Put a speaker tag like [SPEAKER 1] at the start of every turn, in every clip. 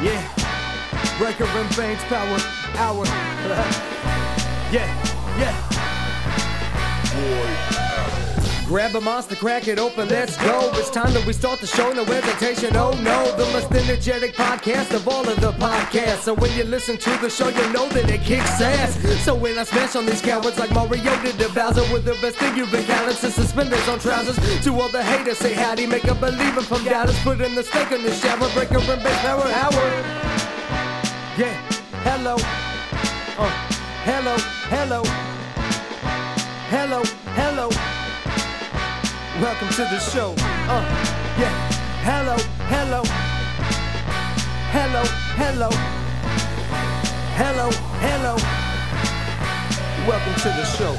[SPEAKER 1] Yeah. Breaker and Bane's power hour. yeah, yeah. Grab a monster, crack it open, let's go. It's time that we start the show, no hesitation, oh no. The most energetic podcast of all of the podcasts. So when you listen to the show, you know that it kicks ass. So when I smash on these cowards like Mario did to Bowser with the best thing you've been callous is suspenders on trousers. To all the haters, say howdy, make a believer from Dallas. Put in the steak in the shower, breaker and base power hour. Yeah, hello. Uh, hello, hello. Hello, hello. Welcome to the show. Uh, yeah, hello, hello. Hello, hello. Hello, hello. Welcome to the show.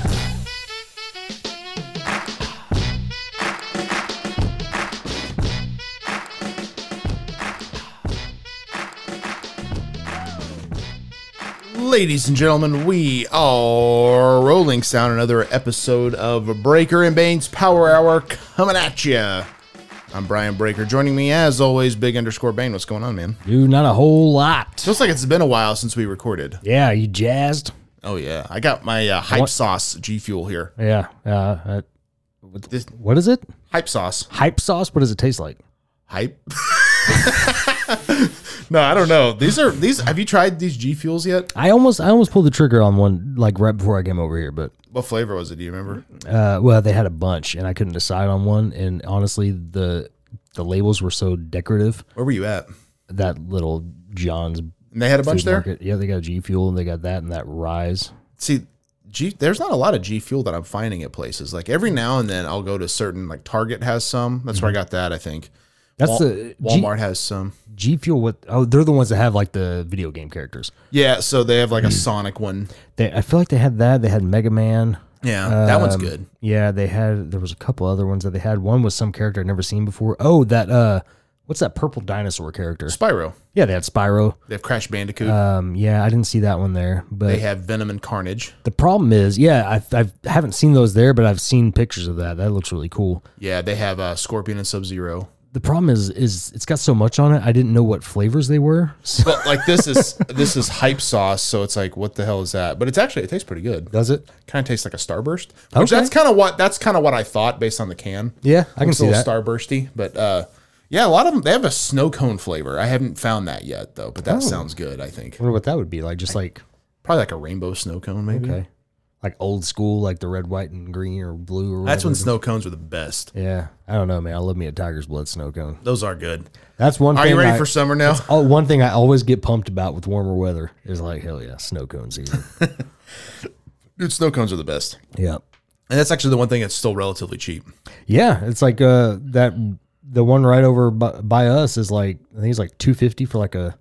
[SPEAKER 2] Ladies and gentlemen, we are rolling sound another episode of Breaker and Bane's Power Hour coming at ya. I'm Brian Breaker. Joining me as always, Big Underscore Bane. What's going on, man?
[SPEAKER 3] Dude, not a whole lot.
[SPEAKER 2] Feels like it's been a while since we recorded.
[SPEAKER 3] Yeah, you jazzed?
[SPEAKER 2] Oh yeah, I got my uh, hype
[SPEAKER 3] What?
[SPEAKER 2] sauce G Fuel here.
[SPEAKER 3] Yeah. Uh, uh,
[SPEAKER 2] This
[SPEAKER 3] what is it?
[SPEAKER 2] hype sauce,
[SPEAKER 3] Hype sauce? What does it taste like?
[SPEAKER 2] hype. no, I don't know. These are these. Have you tried these G Fuels yet?
[SPEAKER 3] I almost I almost pulled the trigger on one like right before I came over here, but
[SPEAKER 2] What flavor was it? Do you remember?
[SPEAKER 3] uh, well, they had a bunch and I couldn't decide on one. And honestly, the the labels were so decorative.
[SPEAKER 2] Where were you at?
[SPEAKER 3] That little John's
[SPEAKER 2] And they had a bunch
[SPEAKER 3] food
[SPEAKER 2] there.
[SPEAKER 3] market. Yeah, they got G Fuel and they got that and that Rise.
[SPEAKER 2] see G there's not a lot of G fuel that I'm finding at places. Like every now and then I'll go to certain like Target has some. That's where I got that, I think.
[SPEAKER 3] Mm-hmm. That's
[SPEAKER 2] Wal-
[SPEAKER 3] the G,
[SPEAKER 2] Walmart has some.
[SPEAKER 3] G Fuel. What? Oh, they're the ones that have like the video game characters.
[SPEAKER 2] Yeah, so they have like a
[SPEAKER 3] Hmm.
[SPEAKER 2] Sonic one.
[SPEAKER 3] They, I feel like they had that. They had Mega Man.
[SPEAKER 2] Yeah, that one's
[SPEAKER 3] Um,
[SPEAKER 2] good.
[SPEAKER 3] Yeah, they had. There was a couple other ones that they had. One was some character I'd never seen before. Oh, that uh, what's that purple dinosaur character?
[SPEAKER 2] Spyro.
[SPEAKER 3] Yeah, they had Spyro.
[SPEAKER 2] They have Crash Bandicoot.
[SPEAKER 3] Um, yeah, I didn't see that one there.
[SPEAKER 2] they
[SPEAKER 3] But
[SPEAKER 2] have Venom and Carnage.
[SPEAKER 3] the problem is, yeah, I've, I've I haven't seen those there, but I've seen pictures of that. That looks really cool.
[SPEAKER 2] Yeah, they have uh, Scorpion and Sub Zero.
[SPEAKER 3] The problem is, is it's got so much on it. I didn't know what flavors they were. So,
[SPEAKER 2] But like this is this is hype sauce, so it's like what the hell is that? But it's actually it tastes pretty good.
[SPEAKER 3] does it?
[SPEAKER 2] Kind of tastes like a starburst. Which
[SPEAKER 3] Okay.
[SPEAKER 2] that's kind of what that's kind of what I thought based on the can.
[SPEAKER 3] Yeah, I can
[SPEAKER 2] It's a
[SPEAKER 3] see
[SPEAKER 2] little
[SPEAKER 3] that.
[SPEAKER 2] starbursty, but uh, yeah, a lot of them they have a snow cone flavor. I haven't found that yet though,
[SPEAKER 3] Oh.
[SPEAKER 2] but that sounds good. I think
[SPEAKER 3] wonder what that would be like. Just like
[SPEAKER 2] probably like a rainbow snow cone, maybe.
[SPEAKER 3] okay, like old school, like the red, white, and green or blue or
[SPEAKER 2] That's when
[SPEAKER 3] whatever.
[SPEAKER 2] snow cones are the best.
[SPEAKER 3] Yeah, I don't know, man. I love me a Tiger's Blood snow cone.
[SPEAKER 2] Those are good.
[SPEAKER 3] That's one.
[SPEAKER 2] Are
[SPEAKER 3] thing
[SPEAKER 2] you ready
[SPEAKER 3] I-
[SPEAKER 2] for summer now?
[SPEAKER 3] Oh, one thing I always get pumped about with warmer weather is like, hell yeah, snow cone season.
[SPEAKER 2] Dude, snow cones are the best,
[SPEAKER 3] yeah,
[SPEAKER 2] and that's actually the one thing that's still relatively cheap.
[SPEAKER 3] yeah. It's like uh that the one right over by, by us is like I think it's like two fifty for like a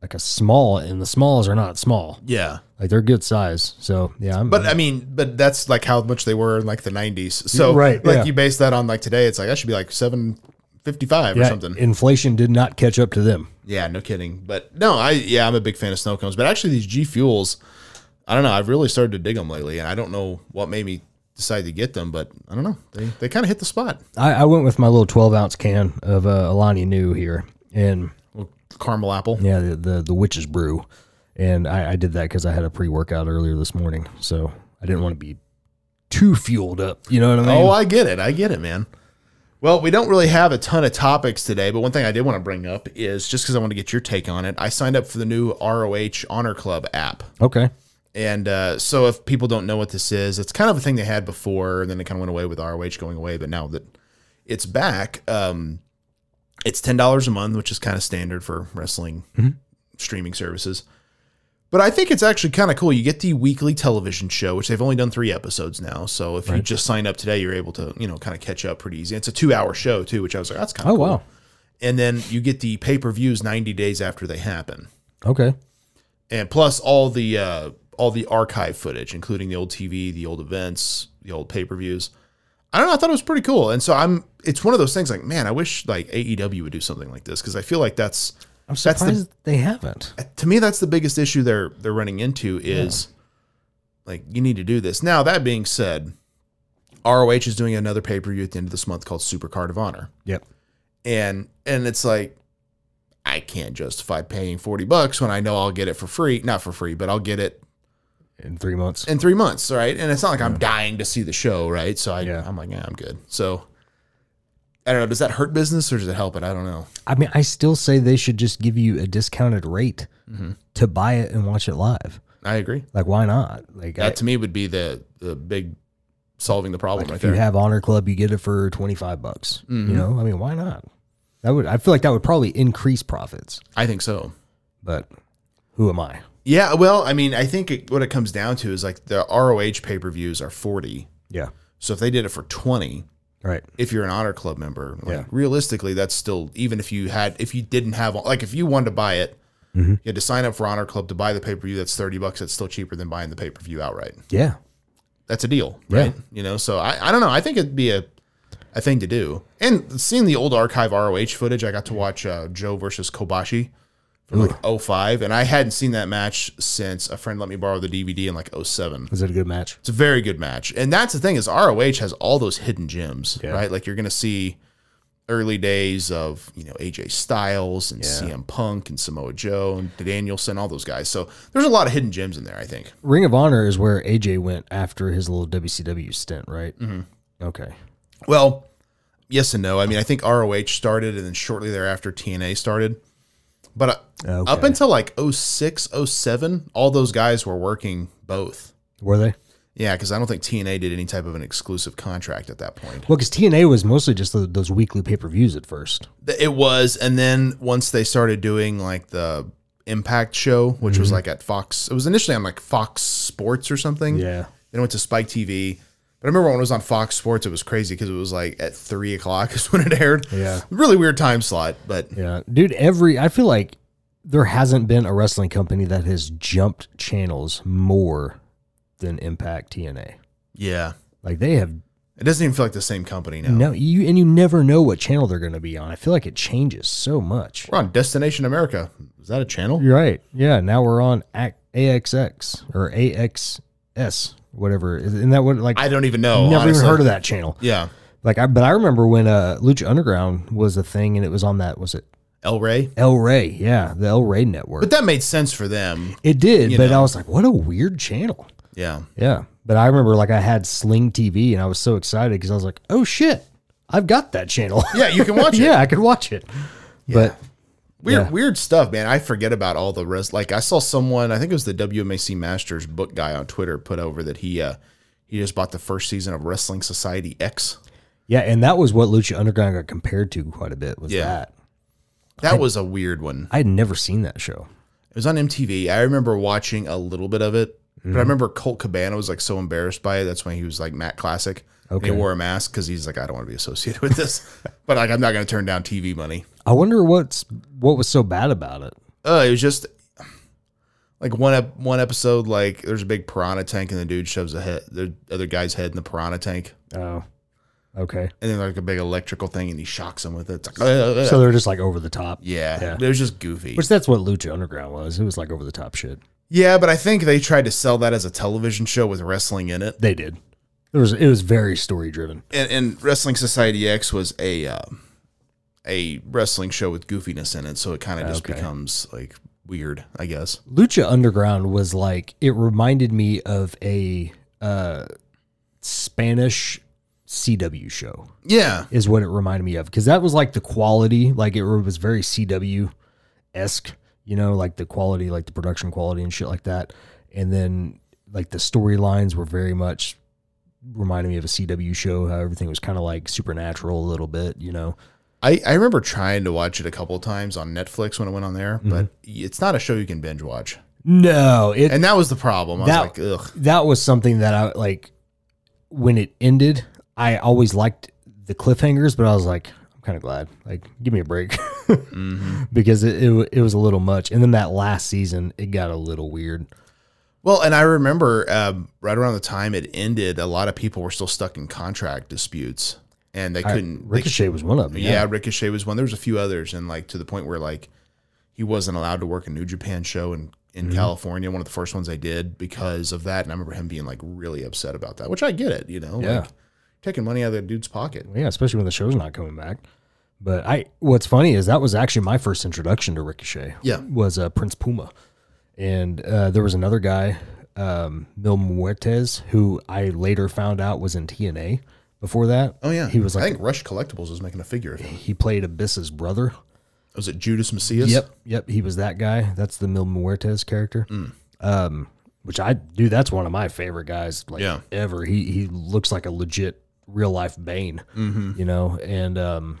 [SPEAKER 3] like a small, and the smalls are not small.
[SPEAKER 2] Yeah,
[SPEAKER 3] Like they're good size. So yeah, I'm,
[SPEAKER 2] but I mean, but that's like how much they were in like the '90s. So
[SPEAKER 3] Right,
[SPEAKER 2] like
[SPEAKER 3] yeah.
[SPEAKER 2] you base that on like today, it's like that should be like seven fifty-five or
[SPEAKER 3] yeah,
[SPEAKER 2] something.
[SPEAKER 3] inflation did not catch up to them.
[SPEAKER 2] Yeah, no kidding. But no, I yeah, I'm a big fan of snow cones. But actually, these G fuels, I don't know. I've really started to dig them lately, and I don't know what made me decide to get them. But I don't know. They they kind of hit the spot.
[SPEAKER 3] I, I went with my little twelve ounce can of uh, Alani New here, and
[SPEAKER 2] Little caramel apple.
[SPEAKER 3] Yeah, the the, the witch's brew, and I, I did that because I had a pre workout earlier this morning, so I didn't want to be too fueled up. You know what I mean?
[SPEAKER 2] Oh, I get it. I get it, man. Well, we don't really have a ton of topics today, but one thing I did want to bring up is just because I want to get your take on it. I signed up for the new ROH Honor Club app.
[SPEAKER 3] okay.
[SPEAKER 2] And uh, so, if people don't know what this is, it's kind of a thing they had before, and then it kind of went away with ROH going away. But now that it's back, um,
[SPEAKER 3] Mm-hmm.
[SPEAKER 2] it's ten dollars a month, which is kind of standard for wrestling streaming services. But I think it's actually kind of cool. You get the weekly television show, which they've only done three episodes now. So if you just sign up today, you're able to, you know, kind of catch up pretty easy. It's a two hour show too, which I was like, that's kind
[SPEAKER 3] Oh
[SPEAKER 2] of cool.
[SPEAKER 3] wow.
[SPEAKER 2] And then you get the pay per views 90 days after they happen.
[SPEAKER 3] Okay.
[SPEAKER 2] and plus all the uh, all the archive footage, including the old TV, the old events, the old pay per views. I don't know. I thought it was pretty cool, and so I'm. It's one of those things like, man, I wish like AEW would do something like this because I feel like that's
[SPEAKER 3] I'm
[SPEAKER 2] That's the-
[SPEAKER 3] surprised they haven't.
[SPEAKER 2] to me that's the biggest issue they're they're running into is like you need to do this. Now that being said, ROH is doing another pay per view at the end of this month called Super Card of Honor
[SPEAKER 3] Yep.
[SPEAKER 2] and and it's like I can't justify paying 40 bucks when I know I'll get it for free, not for free, but I'll get it
[SPEAKER 3] In three months.
[SPEAKER 2] in 3 months, right? And it's not like I'm dying to see the show, right? So I
[SPEAKER 3] Yeah.
[SPEAKER 2] I'm like, yeah, I'm good. So I don't know, does that hurt business or does it help it? I don't know.
[SPEAKER 3] I mean, I still say they should just give you a discounted rate to buy it and watch it live.
[SPEAKER 2] I agree.
[SPEAKER 3] Like, why not? Like, I-
[SPEAKER 2] That to me would be the the big solving the problem
[SPEAKER 3] like,
[SPEAKER 2] right
[SPEAKER 3] if
[SPEAKER 2] there.
[SPEAKER 3] you have Honor Club, you get it for twenty five bucks. You know, I mean, why not? That would. I feel like that would probably increase profits.
[SPEAKER 2] I think so.
[SPEAKER 3] But who am I?
[SPEAKER 2] Yeah, well, I mean, I think it, what it comes down to is like the ROH pay-per-views are 40.
[SPEAKER 3] Yeah.
[SPEAKER 2] So if they did it for 20,
[SPEAKER 3] Right.
[SPEAKER 2] if you're an honor club member like,
[SPEAKER 3] Yeah.
[SPEAKER 2] realistically that's still even if you had if you didn't have like if you wanted to buy it
[SPEAKER 3] Mm-hmm.
[SPEAKER 2] you had to sign up for honor club to buy the pay-per-view that's 30 bucks that's still cheaper than buying the pay-per-view outright
[SPEAKER 3] Yeah.
[SPEAKER 2] that's a deal
[SPEAKER 3] Yeah.
[SPEAKER 2] right you know so I, I don't know i think it'd be a a thing to do and seeing the old archive roh footage i got to watch uh, joe versus kobashi from like 05 and i hadn't seen that match since a friend let me borrow the dvd in like 07
[SPEAKER 3] Was it a good match?
[SPEAKER 2] it's a very good match. And that's the thing is ROH has all those hidden gems, right? Like you're going to see early days of, you know, AJ Styles and CM Punk and Samoa Joe and Danielson, all those guys. So there's a lot of hidden gems in there, I think.
[SPEAKER 3] Ring of Honor is where AJ went after his little WCW stint, right? Okay.
[SPEAKER 2] Well, yes and no. I mean, I think ROH started and then shortly thereafter TNA started. But uh,
[SPEAKER 3] Okay.
[SPEAKER 2] up until like 06, 07, all those guys were working both.
[SPEAKER 3] Were they?
[SPEAKER 2] Yeah, because I don't think TNA did any type of an exclusive contract at that point.
[SPEAKER 3] Well, because TNA was mostly just the, those weekly pay per views at first.
[SPEAKER 2] Th- It was, and then once they started doing like the Impact show, which
[SPEAKER 3] Mm-hmm.
[SPEAKER 2] was like at Fox, it was initially on like Fox Sports or something. Then it went to Spike TV. But I remember when it was on Fox Sports, it was crazy because it was like at three o'clock is when it aired.
[SPEAKER 3] Yeah.
[SPEAKER 2] Really weird time slot, but
[SPEAKER 3] Yeah. Dude, every, I feel like there hasn't been a wrestling company that has jumped channels more than Impact TNA.
[SPEAKER 2] yeah.
[SPEAKER 3] Like they have
[SPEAKER 2] It doesn't even feel like the same company now.
[SPEAKER 3] no, you, and you never know what channel they're going to be on. I feel like it changes so much.
[SPEAKER 2] We're on Destination America. Is that a channel?
[SPEAKER 3] You're right. Yeah. Now we're on A- AXX or AXS, whatever. Isn't that what, like,
[SPEAKER 2] I don't even know.
[SPEAKER 3] never
[SPEAKER 2] honestly.
[SPEAKER 3] even heard of that channel.
[SPEAKER 2] Yeah.
[SPEAKER 3] Like I, but I remember when uh, Lucha Underground was a thing, and it was on that was it
[SPEAKER 2] El Rey.
[SPEAKER 3] El Rey? Yeah, the El Rey network.
[SPEAKER 2] But that made sense for them.
[SPEAKER 3] it did,
[SPEAKER 2] you
[SPEAKER 3] but
[SPEAKER 2] know.
[SPEAKER 3] I was like, what a weird channel.
[SPEAKER 2] Yeah.
[SPEAKER 3] Yeah, but I remember like I had Sling TV, and I was so excited because I was like, oh shit, I've got that channel.
[SPEAKER 2] Yeah, you can watch it.
[SPEAKER 3] yeah, I could watch it. But
[SPEAKER 2] Weird,
[SPEAKER 3] Yeah.
[SPEAKER 2] weird stuff, man. I forget about all the rest. Like I saw someone, I think it was the WMAC Masters book guy on Twitter, put over that he uh he just bought the first season of Wrestling Society X.
[SPEAKER 3] yeah, and that was what Lucha Underground got compared to quite a bit. Was
[SPEAKER 2] Yeah.
[SPEAKER 3] that
[SPEAKER 2] That was a weird one.
[SPEAKER 3] I had never seen that show.
[SPEAKER 2] It was on MTV. I remember watching a little bit of it, but I remember Colt Cabana was like so embarrassed by it. That's when he was like Matt Classic. Okay. He
[SPEAKER 3] Okay.
[SPEAKER 2] wore a mask because he's like, I don't want to be associated with this, but like I'm not going to turn down TV money.
[SPEAKER 3] I wonder what's what was so bad about it.
[SPEAKER 2] uh, it was just like one ep- one episode. Like there's a big piranha tank, and the dude shoves a head, the other guy's head in the piranha tank,
[SPEAKER 3] Oh, okay.
[SPEAKER 2] and then like a big electrical thing, and he shocks him with it. It's like, uh,
[SPEAKER 3] So they're just like over the top.
[SPEAKER 2] yeah,
[SPEAKER 3] Yeah.
[SPEAKER 2] it was just goofy.
[SPEAKER 3] Which that's what Lucha Underground was. It was like over the top shit.
[SPEAKER 2] yeah, but I think they tried to sell that as a television show with wrestling in it,
[SPEAKER 3] They did. It was it was very story driven.
[SPEAKER 2] and, and Wrestling Society X was a uh, a wrestling show with goofiness in it, so it kind of just
[SPEAKER 3] Okay.
[SPEAKER 2] becomes like weird, I guess.
[SPEAKER 3] Lucha Underground was like it reminded me of a uh, Spanish CW show
[SPEAKER 2] Yeah,
[SPEAKER 3] is what it reminded me of because that was like the quality like it was very CW esque you know like the quality like the production quality and shit like that and then like the storylines were very much reminded me of a CW show how everything was kind of like supernatural a little bit you know
[SPEAKER 2] I, I
[SPEAKER 3] Mm-hmm.
[SPEAKER 2] remember trying to watch it a couple of times on Netflix when it went on there, but it's not a show you can binge watch.
[SPEAKER 3] No, it
[SPEAKER 2] And that was the problem. I
[SPEAKER 3] That-
[SPEAKER 2] was like, ugh.
[SPEAKER 3] that was something that I like when it ended. I always liked the cliffhangers, but I was like, I'm kind of glad. Like, give me a break
[SPEAKER 2] Mm-hmm.
[SPEAKER 3] because it, it wa- it was a little much. And then that last season, it got a little weird.
[SPEAKER 2] Well, and I remember um, right around the time it ended, a lot of people were still stuck in contract disputes, and they couldn't. they-
[SPEAKER 3] Ricochet was one of them.
[SPEAKER 2] yeah. Ricochet was one. There was a few others, and like to the point where like he wasn't allowed to work a New Japan show in in
[SPEAKER 3] Mm-hmm.
[SPEAKER 2] California. One of the first ones they did because of that, and I remember him being like really upset about that, which I get it. You know,
[SPEAKER 3] Yeah.
[SPEAKER 2] like taking money out of the dude's pocket.
[SPEAKER 3] yeah, especially when the show's not coming back. But I, what's funny is that was actually my first introduction to Ricochet.
[SPEAKER 2] Yeah.
[SPEAKER 3] was uh, Prince Puma, and uh, there was another guy, um, Mil Muertes, who I later found out was in TNA. Before that,
[SPEAKER 2] Oh yeah,
[SPEAKER 3] he was
[SPEAKER 2] I
[SPEAKER 3] like
[SPEAKER 2] think Rush Collectibles was making a figure of him.
[SPEAKER 3] he played Abyss's brother.
[SPEAKER 2] Was it Judas Macias?
[SPEAKER 3] Yep, yep, he was that guy. That's the Mil Muertes character.
[SPEAKER 2] Mm.
[SPEAKER 3] Um, which I do. That's one of my favorite guys. Like
[SPEAKER 2] Yeah.
[SPEAKER 3] ever. He he looks like a legit real life Bane.
[SPEAKER 2] Mm-hmm.
[SPEAKER 3] You know, and um,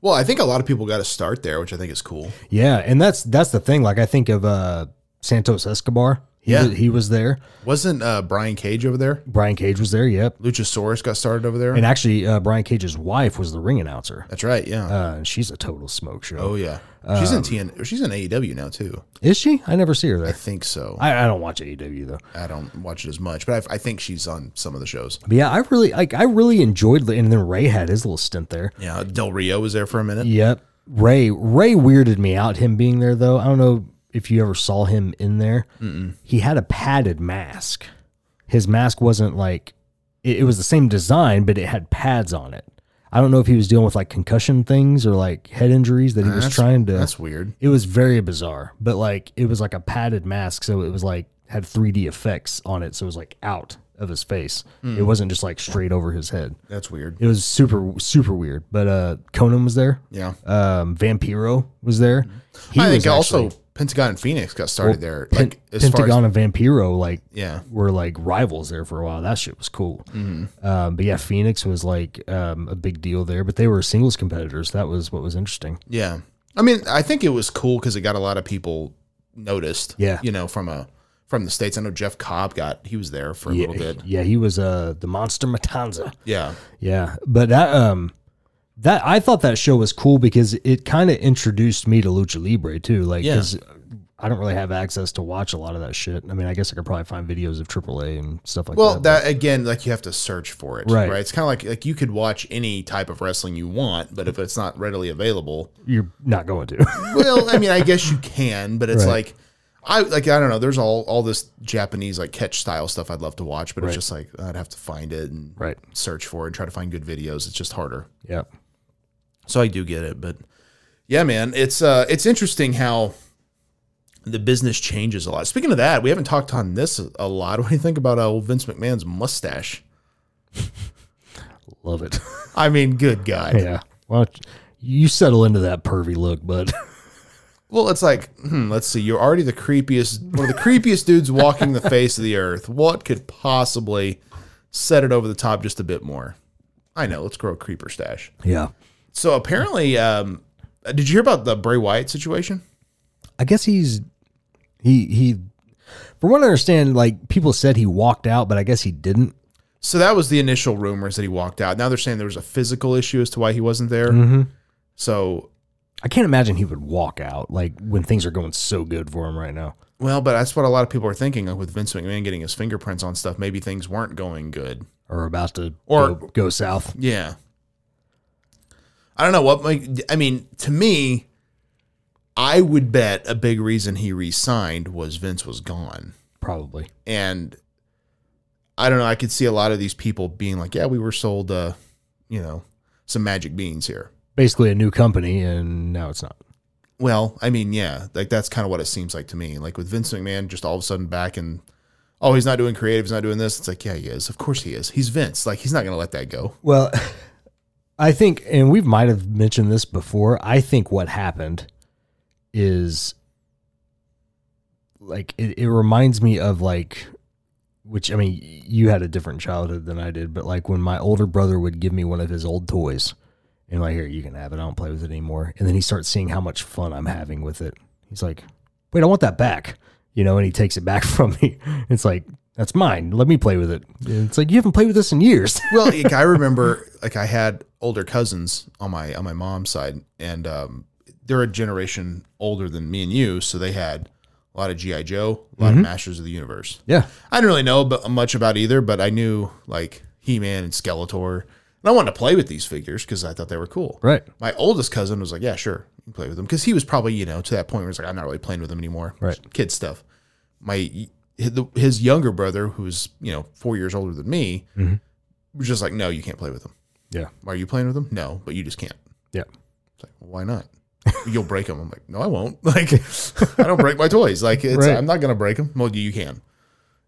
[SPEAKER 2] Well, I think a lot of people got to start there, which I think is cool.
[SPEAKER 3] yeah, and that's that's the thing. Like I think of uh Santos Escobar. He
[SPEAKER 2] Yeah.
[SPEAKER 3] was, he was there.
[SPEAKER 2] Wasn't uh, Brian Cage over there?
[SPEAKER 3] Brian Cage was there. Yep,
[SPEAKER 2] Luchasaurus got started over there.
[SPEAKER 3] and actually uh, Brian Cage's wife was the ring announcer.
[SPEAKER 2] That's right. Yeah.
[SPEAKER 3] Uh, and she's a total smoke show.
[SPEAKER 2] oh yeah. She's in TN. She's in AEW now too.
[SPEAKER 3] Is she? I never see her
[SPEAKER 2] I
[SPEAKER 3] there.
[SPEAKER 2] think so. I,
[SPEAKER 3] I, I don't watch AEW though.
[SPEAKER 2] don't watch it as much, but I, I think she's on some of the shows.
[SPEAKER 3] But yeah, I really like. I really enjoyed. the- And then Ray had his little stint there.
[SPEAKER 2] Yeah. Del Rio was there for a minute.
[SPEAKER 3] Yep. Ray Ray weirded me out. Him being there though, I don't know if you ever saw him in there. He had a padded mask. His mask wasn't like it, it was the same design, but it had pads on it. I don't know if he was dealing with like concussion things or like head injuries that he was
[SPEAKER 2] That's-
[SPEAKER 3] trying to.
[SPEAKER 2] That's weird.
[SPEAKER 3] It was very bizarre, but like it was like a padded mask, so it was like had 3D effects on it, so it was like out of his face.
[SPEAKER 2] Hmm.
[SPEAKER 3] It wasn't just like straight over his head.
[SPEAKER 2] That's weird.
[SPEAKER 3] It was super super weird. But uh Conan was there.
[SPEAKER 2] Yeah.
[SPEAKER 3] Um Vampiro was there. He
[SPEAKER 2] Hmm. I
[SPEAKER 3] was
[SPEAKER 2] think also
[SPEAKER 3] actually-
[SPEAKER 2] Pentagon and Phoenix got started there.
[SPEAKER 3] Pen-
[SPEAKER 2] like as far
[SPEAKER 3] Pentagon
[SPEAKER 2] as
[SPEAKER 3] and Vampiro like
[SPEAKER 2] yeah.
[SPEAKER 3] were like rivals there for a while. That shit was cool.
[SPEAKER 2] Mm-hmm.
[SPEAKER 3] Um, but yeah, Phoenix was like um, a big deal there. But they were singles competitors. That was what was interesting.
[SPEAKER 2] Yeah. I mean, I think it was cool because it got a lot of people noticed.
[SPEAKER 3] Yeah.
[SPEAKER 2] You know, from a from the states. I know Jeff Cobb got he was there for a
[SPEAKER 3] Yeah,
[SPEAKER 2] little bit.
[SPEAKER 3] yeah, he was uh, the monster Matanza.
[SPEAKER 2] Yeah.
[SPEAKER 3] Yeah, but that um that I thought that show was cool because it kind of introduced me to lucha libre too. Like,
[SPEAKER 2] Yeah.
[SPEAKER 3] 'cause I don't really have access to watch a lot of that shit. I mean, I guess I could probably find videos of AAA and stuff like
[SPEAKER 2] Well,
[SPEAKER 3] that.
[SPEAKER 2] that again, like you have to search for it,
[SPEAKER 3] Right.
[SPEAKER 2] right? It's kind of like like you could watch any type of wrestling you want, but if it's not readily available,
[SPEAKER 3] but you're not going to.
[SPEAKER 2] well, I mean, I guess you can, but it's
[SPEAKER 3] Right.
[SPEAKER 2] like I like I don't know. There's all all this Japanese like catch style stuff I'd love to watch, but it's just like I'd have to find it and
[SPEAKER 3] right.
[SPEAKER 2] search for it and try to find good videos. It's just harder.
[SPEAKER 3] Yeah.
[SPEAKER 2] So I do get it, but yeah, man, it's uh it's interesting how the business changes a lot. Speaking of that, we haven't talked on this a lot. What do you think about uh, old Vince McMahon's mustache?
[SPEAKER 3] Love it.
[SPEAKER 2] I mean, good God.
[SPEAKER 3] yeah. Well, you settle into that pervy look, bud.
[SPEAKER 2] Well, it's like, hmm, let's see, you're already the creepiest, one of the creepiest dudes walking the face of the earth. What could possibly set it over the top just a bit more? I know, let's grow a creeper stash.
[SPEAKER 3] yeah.
[SPEAKER 2] So apparently, um, did you hear about the Bray Wyatt situation?
[SPEAKER 3] I guess he's he he. From what I understand, like people said he walked out, but I guess he didn't.
[SPEAKER 2] So that was the initial rumors that he walked out. Now they're saying there was a physical issue as to why he wasn't there. So,
[SPEAKER 3] I can't imagine he would walk out like when things are going so good for him right now.
[SPEAKER 2] well, but that's what a lot of people are thinking. Like with Vince McMahon getting his fingerprints on stuff, maybe things weren't going good.
[SPEAKER 3] or about to
[SPEAKER 2] Or-
[SPEAKER 3] go, go south.
[SPEAKER 2] Yeah. I don't know what my, I mean, to me, I would bet a big reason he re-signed was Vince was gone.
[SPEAKER 3] Probably.
[SPEAKER 2] And I don't know, I could see a lot of these people being like, yeah, we were sold uh, you know, some magic beans here.
[SPEAKER 3] Basically, a new company, and now it's not.
[SPEAKER 2] Well, I mean, yeah, like that's kind of what it seems like to me. Like with Vince McMahon just all of a sudden back and oh, he's not doing creative, he's not doing this. It's like, yeah, he is. Of course he is. He's Vince. Like he's not going to let that go.
[SPEAKER 3] Well, I think, and we might have mentioned this before. I think what happened is like it, it reminds me of like, which I mean, you had a different childhood than I did, but like when my older brother would give me one of his old toys, and like, here you can have it. I don't play with it anymore. And then he starts seeing how much fun I'm having with it. He's like, wait, I want that back. you know, and he takes it back from me. It's like, that's mine. Let me play with it. And it's like, you haven't played with this in years.
[SPEAKER 2] well, like, I remember like I had older cousins on my on my mom's side, and um, they're a generation older than me and you, so they had a lot of GI Joe, a lot of Masters of the Universe.
[SPEAKER 3] yeah.
[SPEAKER 2] I didn't really know about, much about either, but I knew like He Man and Skeletor, and I wanted to play with these figures because I thought they were cool.
[SPEAKER 3] Right.
[SPEAKER 2] My oldest cousin was like, "Yeah, sure, you can play with them," because he was probably you know to that point where he's like, "I'm not really playing with them anymore."
[SPEAKER 3] Right.
[SPEAKER 2] Kid stuff. My his younger brother, who's you know four years older than me,
[SPEAKER 3] Mm-hmm.
[SPEAKER 2] was just like, "No, you can't play with them."
[SPEAKER 3] Yeah.
[SPEAKER 2] Are you playing with them? No, but you just can't.
[SPEAKER 3] Yeah.
[SPEAKER 2] It's like, why not? You'll break them. I'm like, no, I won't. Like, I don't break my toys. Like, it's,
[SPEAKER 3] Right.
[SPEAKER 2] I'm not gonna break them. Well, you can.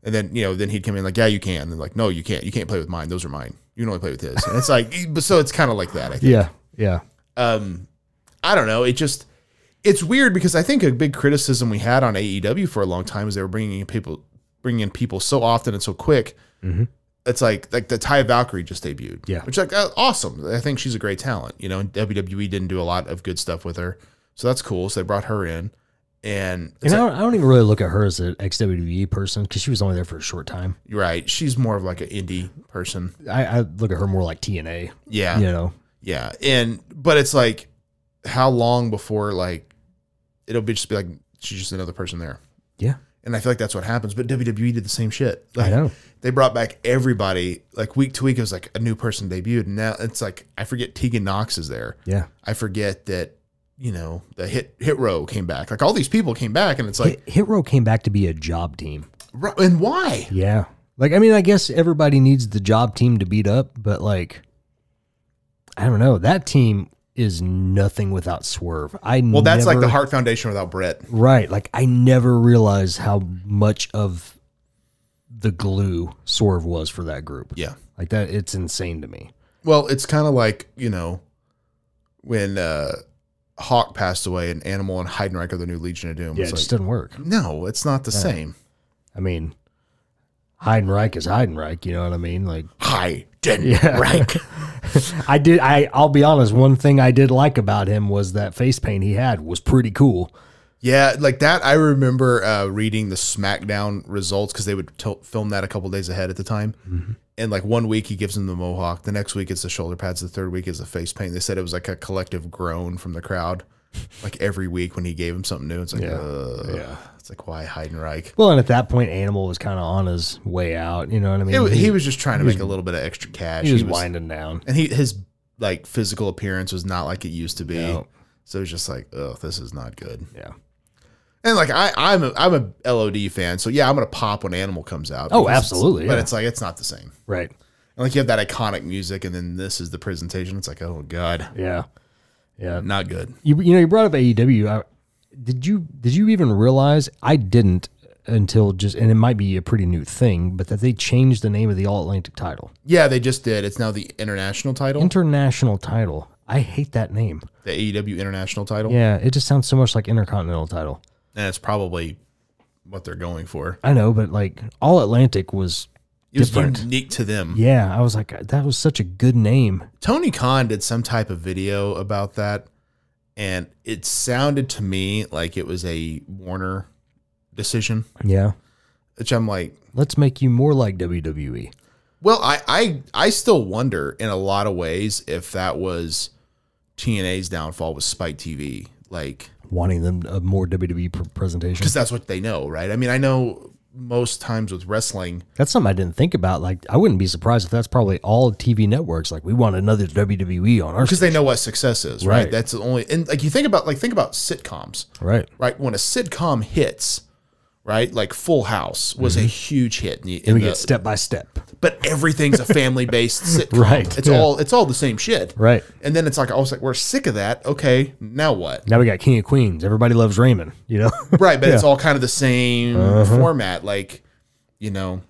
[SPEAKER 2] And then you know, then he'd come in like, yeah, you can. And like, no, you can't. You can't play with mine. Those are mine. You can only play with his. And it's like, but so it's kind of like that. I think.
[SPEAKER 3] Yeah. Yeah.
[SPEAKER 2] Um, I don't know. It just, it's weird because I think a big criticism we had on AEW for a long time is they were bringing in people, bringing in people so often and so quick. It's like like the Ty Valkyrie just debuted.
[SPEAKER 3] Yeah.
[SPEAKER 2] which like uh, awesome. I think she's a great talent. You know, and WWE didn't do a lot of good stuff with her, so that's cool. So they brought her in, and
[SPEAKER 3] And
[SPEAKER 2] it's
[SPEAKER 3] I
[SPEAKER 2] like,
[SPEAKER 3] don't, I don't even really look at her as an ex WWE person because she was only there for a short time.
[SPEAKER 2] you're right, she's more of like an indie person.
[SPEAKER 3] I, I look at her more like TNA,
[SPEAKER 2] Yeah,
[SPEAKER 3] you know?
[SPEAKER 2] Yeah, and but it's like, how long before like it'll be just be like she's just another person there.
[SPEAKER 3] Yeah.
[SPEAKER 2] and I feel like that's what happens. But WWE did the same shit. Like,
[SPEAKER 3] I know.
[SPEAKER 2] they brought back everybody like week to week. It was like a new person debuted, and now it's like I forget Tegan Knox is there.
[SPEAKER 3] Yeah.
[SPEAKER 2] I forget that you know the hit hit row came back. Like all these people came back, and it's like,
[SPEAKER 3] Hit, Hit Row came back to be a job team.
[SPEAKER 2] ro- and why?
[SPEAKER 3] Yeah. Like, I mean, I guess everybody needs the job team to beat up, but like, I don't know. That team is nothing without Swerve. I
[SPEAKER 2] Well, that's like
[SPEAKER 3] never-
[SPEAKER 2] the Heart Foundation without Brett.
[SPEAKER 3] Right. Like, I never realized how much of the glue Swerve was for that group.
[SPEAKER 2] Yeah.
[SPEAKER 3] Like, that, it's insane to me.
[SPEAKER 2] Well, it's kind of like you know when uh Hawk passed away, and Animal and Heidenreich are the new Legion of Doom.
[SPEAKER 3] Yeah. It
[SPEAKER 2] it's
[SPEAKER 3] just
[SPEAKER 2] like,
[SPEAKER 3] doesn't work.
[SPEAKER 2] no, it's not the same.
[SPEAKER 3] I mean, Heidenreich is Heidenreich. You know what I mean? Like,
[SPEAKER 2] Heidenreich.
[SPEAKER 3] I did. I I'll be honest. One thing I did like about him was that face paint he had was pretty cool.
[SPEAKER 2] Yeah, like that. I remember uh, reading the SmackDown results because they would t- film that a couple days ahead at the time.
[SPEAKER 3] Mm-hmm.
[SPEAKER 2] And like one week he gives him the mohawk, the next week it's the shoulder pads, the third week is the face paint. They said it was like a collective groan from the crowd, like every week when he gave him something new. It's like, Ugh.
[SPEAKER 3] Yeah.
[SPEAKER 2] it's like why Heidenreich?
[SPEAKER 3] Well, and at that point, Animal was kind of on his way out. You know what I mean?
[SPEAKER 2] It, wa- he was just trying to make a little bit of extra cash.
[SPEAKER 3] he was winding down.
[SPEAKER 2] and he his like physical appearance was not like it used to be.
[SPEAKER 3] No.
[SPEAKER 2] So it was just like, oh, this is not good.
[SPEAKER 3] Yeah.
[SPEAKER 2] And like I, I'm a, I'm a LOD fan, so yeah, I'm gonna pop when Animal comes out.
[SPEAKER 3] Oh,
[SPEAKER 2] because it's-
[SPEAKER 3] absolutely,
[SPEAKER 2] But
[SPEAKER 3] yeah.
[SPEAKER 2] it's like it's not the same.
[SPEAKER 3] Right.
[SPEAKER 2] And like you have that iconic music, and then this is the presentation. It's like, oh god,
[SPEAKER 3] Yeah. Yeah.
[SPEAKER 2] not good.
[SPEAKER 3] You you know you brought up AEW. I, did you did you even realize I didn't until just and it might be a pretty new thing, but that they changed the name of the All Atlantic title,
[SPEAKER 2] Yeah, they just did. It's now the international title,
[SPEAKER 3] international title. I hate that name.
[SPEAKER 2] the AEW international title,
[SPEAKER 3] Yeah, it just sounds so much like intercontinental title.
[SPEAKER 2] and it's probably what they're going for.
[SPEAKER 3] I know, but like All Atlantic was
[SPEAKER 2] It was
[SPEAKER 3] different.
[SPEAKER 2] unique to them.
[SPEAKER 3] yeah, I was like, that was such a good name.
[SPEAKER 2] Tony Khan did some type of video about that, and it sounded to me like it was a Warner decision,
[SPEAKER 3] Yeah.
[SPEAKER 2] which I'm like,
[SPEAKER 3] Let's make you more like E. WWE.
[SPEAKER 2] well, I I, I still wonder in a lot of ways if that was TNA's downfall with Spike TV, like
[SPEAKER 3] Wanting them a more WWE pr- presentation.
[SPEAKER 2] because that's what they know, right? I mean, I know most times with wrestling,
[SPEAKER 3] That's something I didn't think about. Like, I wouldn't be surprised if that's probably all TV networks. Like, we want another WWE on our
[SPEAKER 2] because they know what success is, right?
[SPEAKER 3] Right.
[SPEAKER 2] That's the only and like you think about like think about sitcoms.
[SPEAKER 3] right.
[SPEAKER 2] right? When a sitcom hits, right? Like Full House was a huge hit. In the, in
[SPEAKER 3] Mm-hmm. And we
[SPEAKER 2] the-
[SPEAKER 3] get step by step.
[SPEAKER 2] but everything's a family based sitcom.
[SPEAKER 3] Right,
[SPEAKER 2] It's
[SPEAKER 3] yeah.
[SPEAKER 2] all it's all the same shit.
[SPEAKER 3] Right.
[SPEAKER 2] And then it's like I was like, we're sick of that. Okay, now what?
[SPEAKER 3] Now we got King of Queens. Everybody loves Raymond. You know.
[SPEAKER 2] Right, but it's all kind of the same
[SPEAKER 3] Uh-huh.
[SPEAKER 2] format. Like, you know,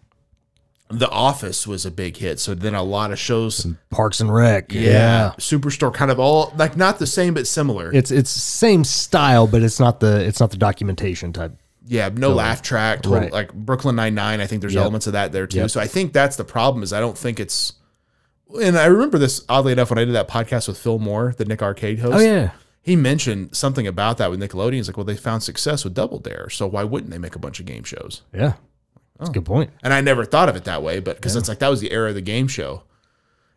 [SPEAKER 2] The Office was a big hit. So then a lot of shows
[SPEAKER 3] Parks and Rec.
[SPEAKER 2] Superstore kind of all like not the same but similar.
[SPEAKER 3] It's it's same style, but it's not the it's not the documentation type.
[SPEAKER 2] Yeah, no laugh track. Total,
[SPEAKER 3] Right.
[SPEAKER 2] Like Brooklyn Nine Nine, I think there's elements of that there too.
[SPEAKER 3] Yep.
[SPEAKER 2] So I think that's the problem. Is I don't think it's. And I remember this oddly enough when I did that podcast with Phil Moore, the Nick Arcade host.
[SPEAKER 3] Oh yeah.
[SPEAKER 2] he mentioned something about that with Nickelodeon. He's like, well, they found success with Double Dare, so why wouldn't they make a bunch of game shows?
[SPEAKER 3] Yeah. That's
[SPEAKER 2] Oh.
[SPEAKER 3] a good point.
[SPEAKER 2] And I never thought of it that way, but because it's like that was the era of the game show.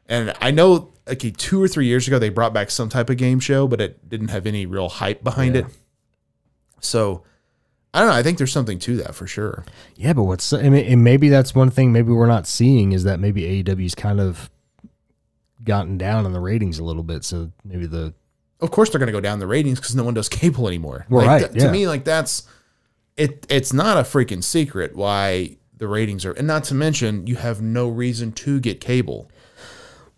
[SPEAKER 2] And I know, like two or three years ago, they brought back some type of game show, but it didn't have any real hype behind it. So I don't know. I think there's something to that for sure.
[SPEAKER 3] Yeah, but what's I mean, and maybe that's one thing maybe we're not seeing is that maybe AEW's kind of gotten down on the ratings a little bit. So maybe the
[SPEAKER 2] Of course, they're going to go down the ratings because no one does cable anymore.
[SPEAKER 3] Well,
[SPEAKER 2] Like,
[SPEAKER 3] right,
[SPEAKER 2] that-
[SPEAKER 3] yeah.
[SPEAKER 2] To me, like that's it. It's not a freaking secret why the ratings are, and not to mention you have no reason to get cable.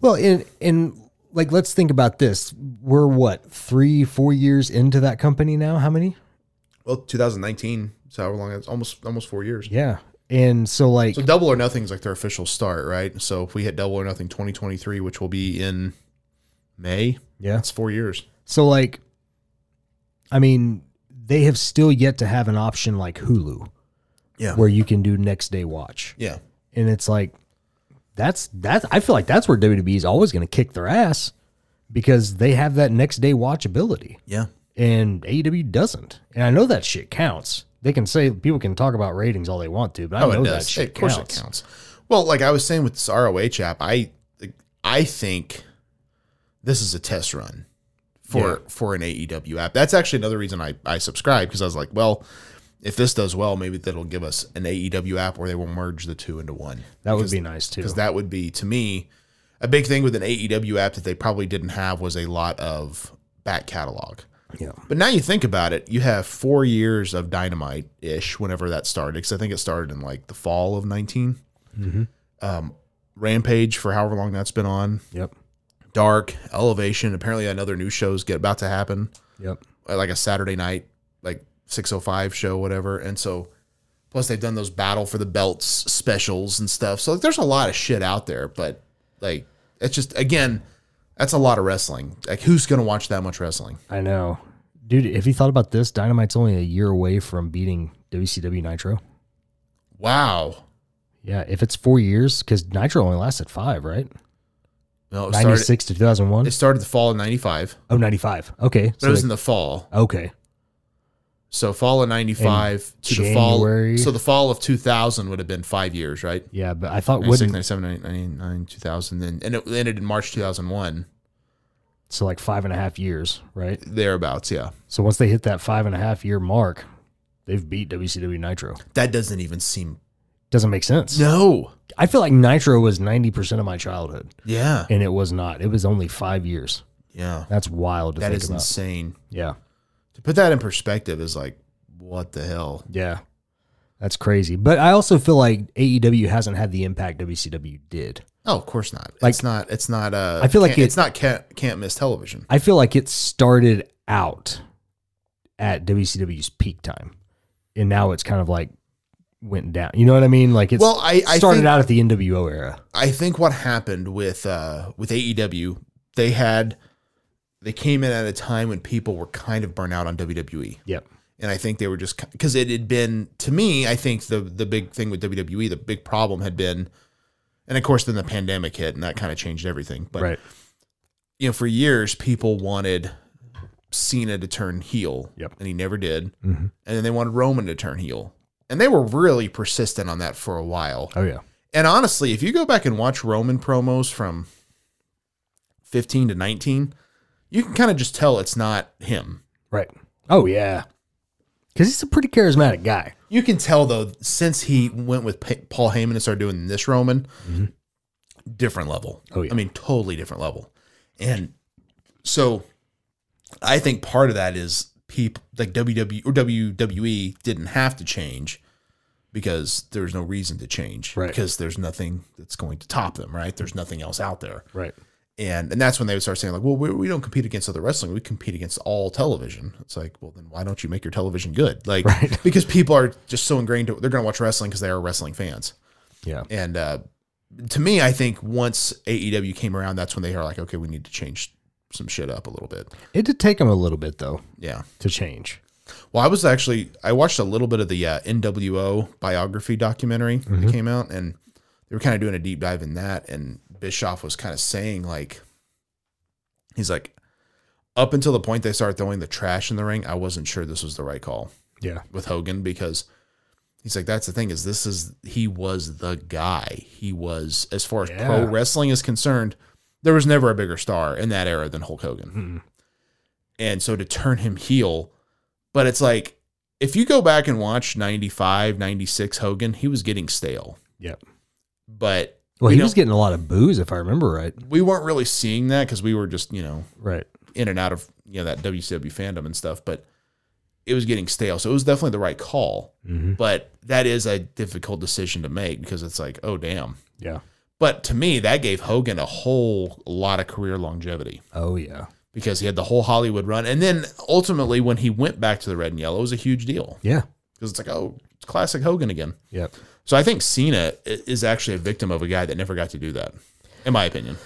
[SPEAKER 3] well, and and like let's think about this. We're what three, four years into that company now. How many?
[SPEAKER 2] Well, 2019, so however long it's almost almost four years.
[SPEAKER 3] Yeah, and so like
[SPEAKER 2] So double or nothing's like their official start, right? So if we hit double or nothing 2023, which will be in May,
[SPEAKER 3] yeah,
[SPEAKER 2] that's four years.
[SPEAKER 3] so like I mean they have still yet to have an option like Hulu,
[SPEAKER 2] Yeah.
[SPEAKER 3] where you can do next day watch.
[SPEAKER 2] Yeah.
[SPEAKER 3] and it's like that's that's I feel like that's where WWE is always going to kick their ass because they have that next day watchability
[SPEAKER 2] Yeah.
[SPEAKER 3] and AEW doesn't. And I know that shit counts. They can say people can talk about ratings all they want to, but I
[SPEAKER 2] Oh,
[SPEAKER 3] know
[SPEAKER 2] it
[SPEAKER 3] that
[SPEAKER 2] does.
[SPEAKER 3] shit
[SPEAKER 2] of course
[SPEAKER 3] counts.
[SPEAKER 2] it counts. Well, like I was saying with this ROH app, I I think this is a test run for for an AEW app. That's actually another reason I I subscribe because I was like, well, if this does well, maybe that'll give us an AEW app where they will merge the two into one.
[SPEAKER 3] That would be nice too.
[SPEAKER 2] because that would be to me a big thing with an AEW app that they probably didn't have was a lot of back catalog.
[SPEAKER 3] Yeah.
[SPEAKER 2] But now you think about it, you have four years of Dynamite ish whenever that started because I think it started in like the fall of 19 Um, Rampage for however long that's been on,
[SPEAKER 3] Yep.
[SPEAKER 2] Dark Elevation. Apparently another new show's get about to happen
[SPEAKER 3] Yep.
[SPEAKER 2] uh, like a Saturday night, like 605 show, whatever. And so, plus they've done those battle for the belts specials and stuff. So like, there's a lot of shit out there, but like, it's just, again, that's a lot of wrestling. Like, who's going to watch that much wrestling?
[SPEAKER 3] I know. Dude, if you thought about this, Dynamite's only a year away from beating WCW Nitro.
[SPEAKER 2] Wow.
[SPEAKER 3] Yeah, if it's four years, because Nitro only lasted five, right?
[SPEAKER 2] No, it Oh, started,
[SPEAKER 3] 96 to 2001.
[SPEAKER 2] it started the fall of 95,
[SPEAKER 3] Oh, 95. Okay.
[SPEAKER 2] but
[SPEAKER 3] So
[SPEAKER 2] it was
[SPEAKER 3] they-
[SPEAKER 2] in the fall.
[SPEAKER 3] okay.
[SPEAKER 2] So fall of 95 to the
[SPEAKER 3] January.
[SPEAKER 2] fall. So the fall of 2000 would have been five years, right?
[SPEAKER 3] Yeah, but I thought
[SPEAKER 2] 96,
[SPEAKER 3] wouldn't
[SPEAKER 2] 97, 99, 2000. Then, and it ended in March 2001,
[SPEAKER 3] so like five and a half years, right?
[SPEAKER 2] thereabouts. Yeah.
[SPEAKER 3] So once they hit that five and a half year mark, they've beat WCW Nitro.
[SPEAKER 2] That doesn't even seem
[SPEAKER 3] Doesn't make sense.
[SPEAKER 2] No.
[SPEAKER 3] I feel like Nitro was ninety percent of my childhood,
[SPEAKER 2] Yeah.
[SPEAKER 3] and it was not. It was only five years.
[SPEAKER 2] Yeah.
[SPEAKER 3] That's wild to
[SPEAKER 2] That
[SPEAKER 3] think
[SPEAKER 2] is
[SPEAKER 3] about.
[SPEAKER 2] insane.
[SPEAKER 3] Yeah,
[SPEAKER 2] To put that in perspective is like, what the hell?
[SPEAKER 3] yeah, that's crazy. But I also feel like AEW hasn't had the impact WCW did.
[SPEAKER 2] Oh, of course not.
[SPEAKER 3] Like-
[SPEAKER 2] it's not. It's not. Uh,
[SPEAKER 3] I feel like
[SPEAKER 2] can't-
[SPEAKER 3] it-
[SPEAKER 2] it's not can't, can't miss television.
[SPEAKER 3] I feel like it started out at WCW's peak time, and now it's kind of like went down. You know what I mean? Like it's
[SPEAKER 2] Well, I- I
[SPEAKER 3] started
[SPEAKER 2] think-
[SPEAKER 3] out at the NWO era.
[SPEAKER 2] I think what happened with uh, with AEW, they had they came in at a time when people were kind of burnt out on WWE.
[SPEAKER 3] Yep.
[SPEAKER 2] and I think they were just because it had been to me. I think the the big thing with WWE, the big problem had been, and of course, then the pandemic hit, and that kind of changed everything. But
[SPEAKER 3] right.
[SPEAKER 2] you know, for years people wanted Cena to turn heel,
[SPEAKER 3] Yep. Mm-hmm.
[SPEAKER 2] and he never did. And then they wanted Roman to turn heel, and they were really persistent on that for a while.
[SPEAKER 3] Oh yeah.
[SPEAKER 2] And honestly, if you go back and watch Roman promos from 15 to 19, you can kind of just tell it's not him.
[SPEAKER 3] Right. Oh yeah. Because he's a pretty charismatic guy.
[SPEAKER 2] You can tell though, since he went with Pa- Paul Heyman and started doing this Roman, different level.
[SPEAKER 3] Mm-hmm. Oh, yeah.
[SPEAKER 2] I mean, totally different level. And so, I think part of that is people like WWE or WWE didn't have to change because there's no reason to change
[SPEAKER 3] Right.
[SPEAKER 2] because there's nothing that's going to top them. Right? There's nothing else out there.
[SPEAKER 3] Right.
[SPEAKER 2] And and that's when they would start saying like, well, we, we don't compete against other wrestling. We compete against all television. It's like, well, then why don't you make your television good? Like,
[SPEAKER 3] Right.
[SPEAKER 2] because people are just so ingrained. To, they're going to watch wrestling because they are wrestling fans.
[SPEAKER 3] Yeah.
[SPEAKER 2] And uh, to me, I think once AEW came around, that's when they are like, okay, we need to change some shit up a little bit.
[SPEAKER 3] It did take him a little bit though
[SPEAKER 2] Yeah.
[SPEAKER 3] to change.
[SPEAKER 2] Well, I was actually I watched a little bit of the uh, NWO biography documentary that came out, and they were kind of doing a deep dive in that. And Bischoff was kind of saying like, he's like, up until the point they started throwing the trash in the ring, I wasn't sure this was the right call
[SPEAKER 3] Yeah.
[SPEAKER 2] with Hogan because he's like, that's the thing is this is he was the guy. He was as far as pro
[SPEAKER 3] Yeah.
[SPEAKER 2] wrestling is concerned, there was never a bigger star in that era than Hulk Hogan. And so to turn him heel, but it's like if you go back and watch 95, 96 Hogan, he was getting stale.
[SPEAKER 3] Yep.
[SPEAKER 2] But
[SPEAKER 3] Well,
[SPEAKER 2] we
[SPEAKER 3] he
[SPEAKER 2] don't-
[SPEAKER 3] was getting a lot of booze, if I remember right.
[SPEAKER 2] we weren't really seeing that because we were just, you know,
[SPEAKER 3] Right.
[SPEAKER 2] in and out of you know that WCW fandom and stuff, but it was getting stale. So it was definitely the right call, but that is a difficult decision to make because it's like, oh damn.
[SPEAKER 3] Yeah.
[SPEAKER 2] But to me, that gave Hogan a whole lot of career longevity
[SPEAKER 3] Oh yeah.
[SPEAKER 2] because he had the whole Hollywood run, and then ultimately when he went back to the red and yellow, it was a huge deal
[SPEAKER 3] Yeah.
[SPEAKER 2] because it's like, oh, it's classic Hogan again.
[SPEAKER 3] Yep.
[SPEAKER 2] So I think Cena i- is actually a victim of a guy that never got to do that, in my opinion.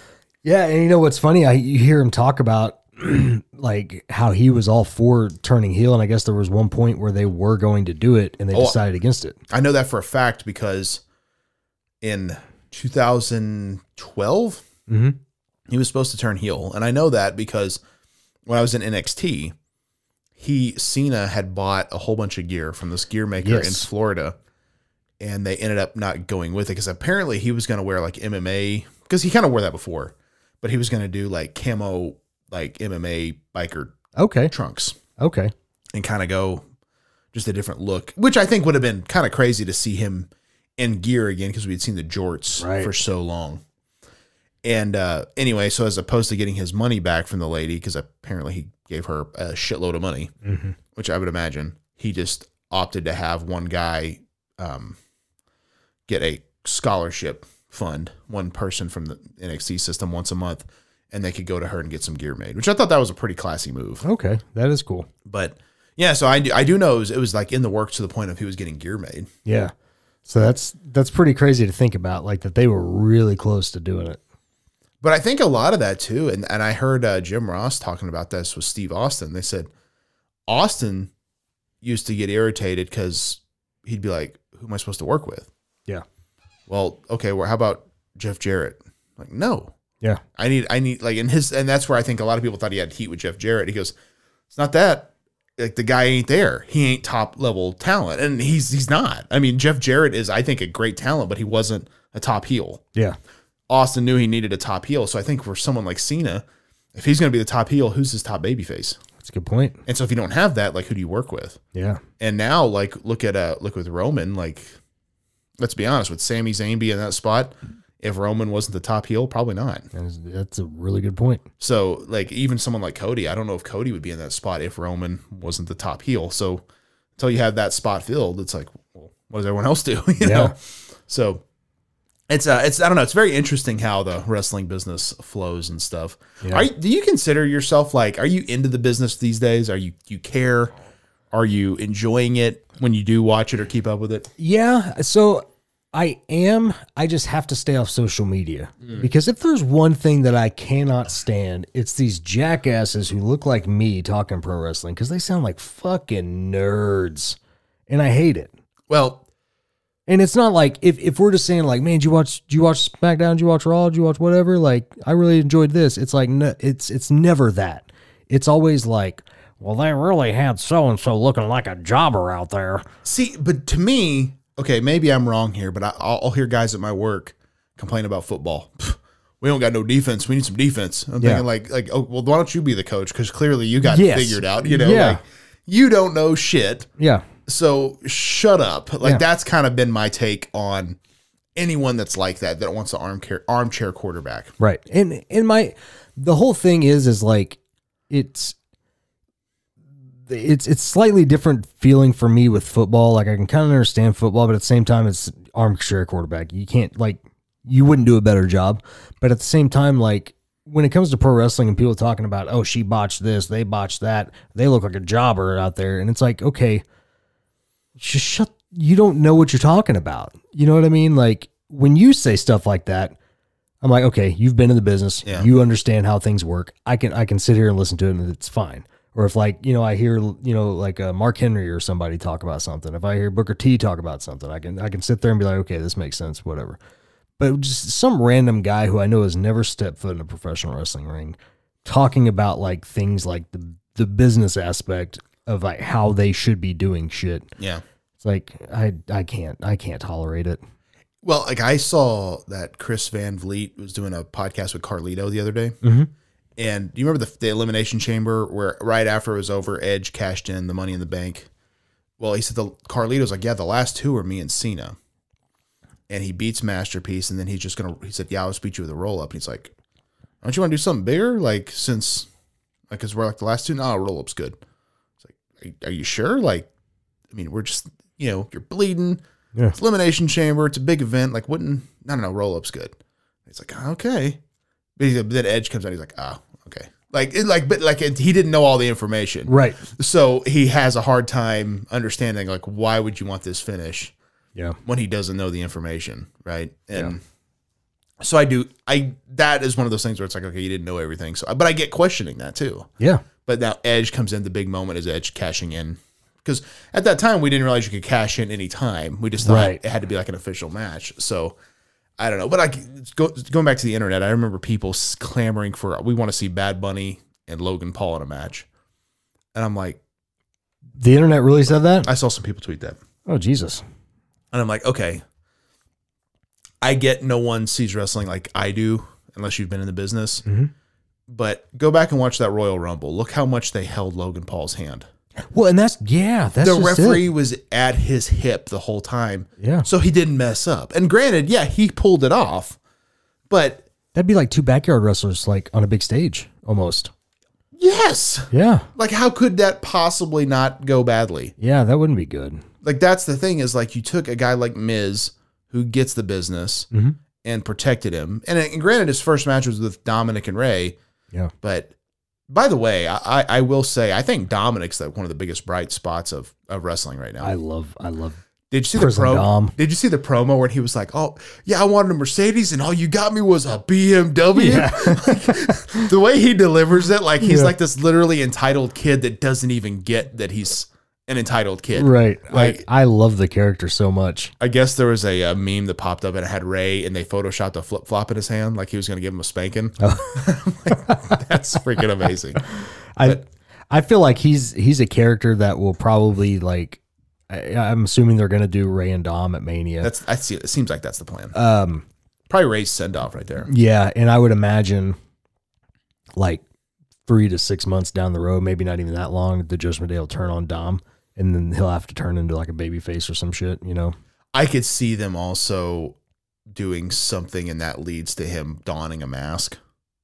[SPEAKER 3] Yeah, and you know what's funny? I you hear him talk about like how he was all for turning heel, and I guess there was one point where they were going to do it, and they
[SPEAKER 2] Oh,
[SPEAKER 3] decided against it.
[SPEAKER 2] I know that for a fact because in 2012,
[SPEAKER 3] Mhm.
[SPEAKER 2] he was supposed to turn heel. And I know that because when I was in NXT, he, Cena, had bought a whole bunch of gear from this gear maker in
[SPEAKER 3] Yes.
[SPEAKER 2] Florida. And they ended up not going with it because apparently he was going to wear like MMA, because he kind of wore that before, but he was going to do like camo, like MMA biker
[SPEAKER 3] Okay.
[SPEAKER 2] trunks
[SPEAKER 3] Okay.
[SPEAKER 2] and kind of go just a different look, which I think would have been kind of crazy to see him in gear again because we had seen the jorts
[SPEAKER 3] Right.
[SPEAKER 2] for so long. And uh, anyway, so as opposed to getting his money back from the lady, because apparently he gave her a shitload of money, which I would imagine he just opted to have one guy um, get a scholarship fund, one person from the NXT system once a month, and they could go to her and get some gear made, which I thought that was a pretty classy move.
[SPEAKER 3] Okay. That is cool.
[SPEAKER 2] But yeah, so I do, I do know it was, it was like in the works to the point of he was getting gear made.
[SPEAKER 3] Yeah. So that's that's pretty crazy to think about, like that they were really close to doing it.
[SPEAKER 2] But I think a lot of that too, and, and I heard uh, Jim Ross talking about this with Steve Austin. They said Austin used to get irritated because he'd be like, "Who am I supposed to work with?"
[SPEAKER 3] Yeah.
[SPEAKER 2] Well, okay, well, how about Jeff Jarrett? Like, no,
[SPEAKER 3] Yeah.
[SPEAKER 2] I need, I need, like, in his, and that's where I think a lot of people thought he had heat with Jeff Jarrett. He goes, it's not that, like, the guy ain't there. He ain't top level talent, and he's he's not. I mean, Jeff Jarrett is, I think, a great talent, but he wasn't a top heel.
[SPEAKER 3] Yeah.
[SPEAKER 2] Austin knew he needed a top heel, so I think for someone like Cena, if he's going to be the top heel, who's his top babyface?
[SPEAKER 3] That's a good point.
[SPEAKER 2] And so if you don't have that, like, who do you work with?
[SPEAKER 3] Yeah.
[SPEAKER 2] And now, like, look at uh, look with Roman. Like, let's be honest, with Sami Zayn being in that spot, if Roman wasn't the top heel, probably not.
[SPEAKER 3] That is, that's a really good point.
[SPEAKER 2] So, like, even someone like Cody, I don't know if Cody would be in that spot if Roman wasn't the top heel. So, until you have that spot filled, it's like, well, what does everyone else do? You know?
[SPEAKER 3] Yeah.
[SPEAKER 2] So, it's uh, it's I don't know. It's very interesting how the wrestling business flows and stuff. Are you, do you consider yourself like? Are you into the business these days? Are you do you care? Are you enjoying it when you do watch it or keep up with it?
[SPEAKER 3] Yeah. So I am. I just have to stay off social media because if there's one thing that I cannot stand, it's these jackasses who look like me talking pro wrestling because they sound like fucking nerds, and I hate it.
[SPEAKER 2] Well,
[SPEAKER 3] And it's not like if, if we're just saying like, man, do you watch do you watch SmackDown? Do you watch Raw? Do you watch whatever? Like, I really enjoyed this. It's like no, it's it's never that. It's always like, well, they really had so and so looking like a jobber out there.
[SPEAKER 2] See, but to me, okay, maybe I'm wrong here, but I, I'll, I'll hear guys at my work complain about football. Pff, we don't got no defense. We need some defense. I'm
[SPEAKER 3] Yeah.
[SPEAKER 2] thinking like, like, oh, well, why don't you be the coach? Because clearly you got it
[SPEAKER 3] Yes.
[SPEAKER 2] figured out. You know,
[SPEAKER 3] Yeah.
[SPEAKER 2] like you don't know shit.
[SPEAKER 3] Yeah,
[SPEAKER 2] So shut up. Like
[SPEAKER 3] Yeah.
[SPEAKER 2] that's kind of been my take on anyone that's like that that wants an armchair armchair quarterback.
[SPEAKER 3] right. And and my the whole thing is is like it's it's it's slightly different feeling for me with football. Like I can kind of understand football, but at the same time, it's armchair quarterback. You can't like you wouldn't do a better job. But at the same time, like when it comes to pro wrestling and people talking about, oh, she botched this, they botched that, they look like a jobber out there, and it's like, okay, just shut. You don't know what you're talking about. You know what I mean? Like when you say stuff like that. I'm like, okay, you've been in the business.
[SPEAKER 2] Yeah.
[SPEAKER 3] You understand how things work. I can I can sit here and listen to it and it's fine. Or if like, you know, I hear, you know, like uh, Mark Henry or somebody talk about something. If I hear Booker T talk about something, I can I can sit there and be like, okay, this makes sense, whatever. But just some random guy who I know has never stepped foot in a professional wrestling ring talking about like things like the the business aspect of like how they should be doing shit.
[SPEAKER 2] Yeah.
[SPEAKER 3] It's like I I can't I can't tolerate it.
[SPEAKER 2] Well, like I saw that Chris Van Vliet was doing a podcast with Carlito the other day.
[SPEAKER 3] Mhm.
[SPEAKER 2] And do you remember the, the Elimination Chamber where right after it was over, Edge cashed in the money in the bank? Well, he said the Carlito's like, yeah, the last two are me and Cena. And he beats Masterpiece, and then he's just gonna. He said, "Yeah, I'll just beat you with a roll up." And he's like, "Don't you want to do something bigger? Like since, like, cause we're like the last two. No, roll up's good." It's like, are, are you sure? Like, I mean, we're just, you know, you're bleeding.
[SPEAKER 3] Yeah.
[SPEAKER 2] It's Elimination Chamber. It's a big event. Like, wouldn't, no, no, no, roll up's good. It's like, ah, okay. But he's, then Edge comes out. He's like, oh, okay. Like, it, like, but like, it, he didn't know all the information.
[SPEAKER 3] Right.
[SPEAKER 2] So he has a hard time understanding, like, why would you want this finish
[SPEAKER 3] Yeah.
[SPEAKER 2] when he doesn't know the information? Right. And so I do, I, that is one of those things where it's like, okay, you didn't know everything. So, but I get questioning that too.
[SPEAKER 3] Yeah.
[SPEAKER 2] But now Edge comes in. The big moment is Edge cashing in because at that time we didn't realize you could cash in any time. We just thought
[SPEAKER 3] Right.
[SPEAKER 2] it had to be like an official match. So I don't know. But I it's go, going back to the internet, I remember people s- clamoring for we want to see Bad Bunny and Logan Paul in a match, and I'm like,
[SPEAKER 3] The internet really said that?
[SPEAKER 2] I saw some people tweet that,
[SPEAKER 3] Oh Jesus.
[SPEAKER 2] and I'm like, okay. I get no one sees wrestling like I do unless you've been in the business.
[SPEAKER 3] Mm-hmm.
[SPEAKER 2] But go back and watch that Royal Rumble. Look how much they held Logan Paul's hand.
[SPEAKER 3] Well, and that's yeah, that's
[SPEAKER 2] the
[SPEAKER 3] just it.
[SPEAKER 2] referee was at his hip the whole time.
[SPEAKER 3] Yeah.
[SPEAKER 2] So he didn't mess up. And granted, yeah, he pulled it off. But
[SPEAKER 3] That'd be like two backyard wrestlers like on a big stage almost.
[SPEAKER 2] yes.
[SPEAKER 3] Yeah.
[SPEAKER 2] Like how could that possibly not go badly?
[SPEAKER 3] Yeah, that wouldn't be good.
[SPEAKER 2] Like that's the thing is like you took a guy like Miz who gets the business
[SPEAKER 3] Mm-hmm.
[SPEAKER 2] and protected him. And, uh, and granted his first match was with Dominic and Ray,
[SPEAKER 3] Yeah.
[SPEAKER 2] but by the way, I, I, I will say I think Dominic's like one of the biggest bright spots of, of wrestling right now.
[SPEAKER 3] I love I love
[SPEAKER 2] Did you see
[SPEAKER 3] Prison
[SPEAKER 2] the promo?
[SPEAKER 3] Dom.
[SPEAKER 2] Did you see the promo where he was like, "Oh, yeah, I wanted a Mercedes, and all you got me was a BMW." the way he delivers it, like he's
[SPEAKER 3] Yeah.
[SPEAKER 2] like this literally entitled kid that doesn't even get that he's an entitled kid.
[SPEAKER 3] Right.
[SPEAKER 2] Like-
[SPEAKER 3] I, I love the character so much.
[SPEAKER 2] I guess there was a, uh meme that popped up and it had Ray and they photoshopped a flip flop in his hand, like he was going to give him a spanking.
[SPEAKER 3] Oh.
[SPEAKER 2] Like, that's freaking amazing.
[SPEAKER 3] I I feel like he's he's a character that will probably like I, I'm assuming they're gonna do Ray and Dom at Mania.
[SPEAKER 2] That's I see. It seems like that's the plan.
[SPEAKER 3] um
[SPEAKER 2] Probably Ray's send off right there.
[SPEAKER 3] yeah, and I would imagine like three to six months down the road, maybe not even that long, the Judgment Day will turn on Dom and then he'll have to turn into like a baby face or some shit, you know?
[SPEAKER 2] I could see them also doing something and that leads to him donning a mask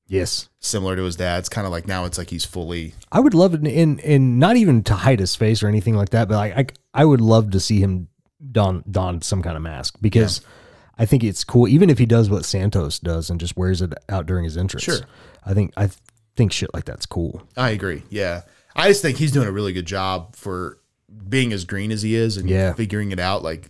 [SPEAKER 3] Yes.
[SPEAKER 2] similar to his dad's kind of like now it's like he's fully
[SPEAKER 3] I would love it in in not even to hide his face or anything like that, but like I, I would love to see him don don some kind of mask because I think it's cool. Even if he does what Santos does and just wears it out during his entrance,
[SPEAKER 2] Sure.
[SPEAKER 3] I think I think shit like that's cool.
[SPEAKER 2] I agree. Yeah. I just think he's doing a really good job for being as green as he is and
[SPEAKER 3] Yeah.
[SPEAKER 2] figuring it out like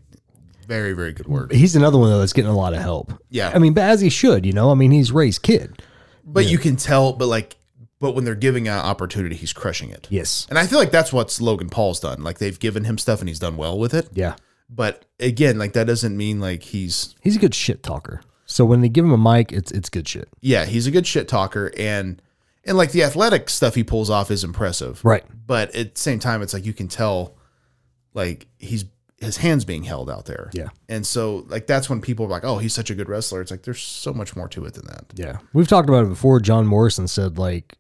[SPEAKER 2] very very good work.
[SPEAKER 3] He's another one though that's getting a lot of help.
[SPEAKER 2] Yeah.
[SPEAKER 3] I mean, but as he should, you know. I mean, he's Ray's kid.
[SPEAKER 2] But you can tell but like but when they're giving an opportunity he's crushing it.
[SPEAKER 3] Yes.
[SPEAKER 2] And I feel like that's what Logan Paul's done. Like they've given him stuff and he's done well with it.
[SPEAKER 3] Yeah.
[SPEAKER 2] But again, like that doesn't mean like he's
[SPEAKER 3] He's a good shit talker. So when they give him a mic, it's it's good shit.
[SPEAKER 2] yeah, he's a good shit talker and and like the athletic stuff he pulls off is impressive.
[SPEAKER 3] Right.
[SPEAKER 2] But at the same time it's like you can tell like he's his hands being held out there.
[SPEAKER 3] Yeah.
[SPEAKER 2] And so like that's when people are like, "Oh, he's such a good wrestler." It's like there's so much more to it than that.
[SPEAKER 3] Yeah. We've talked about it before. John Morrison said like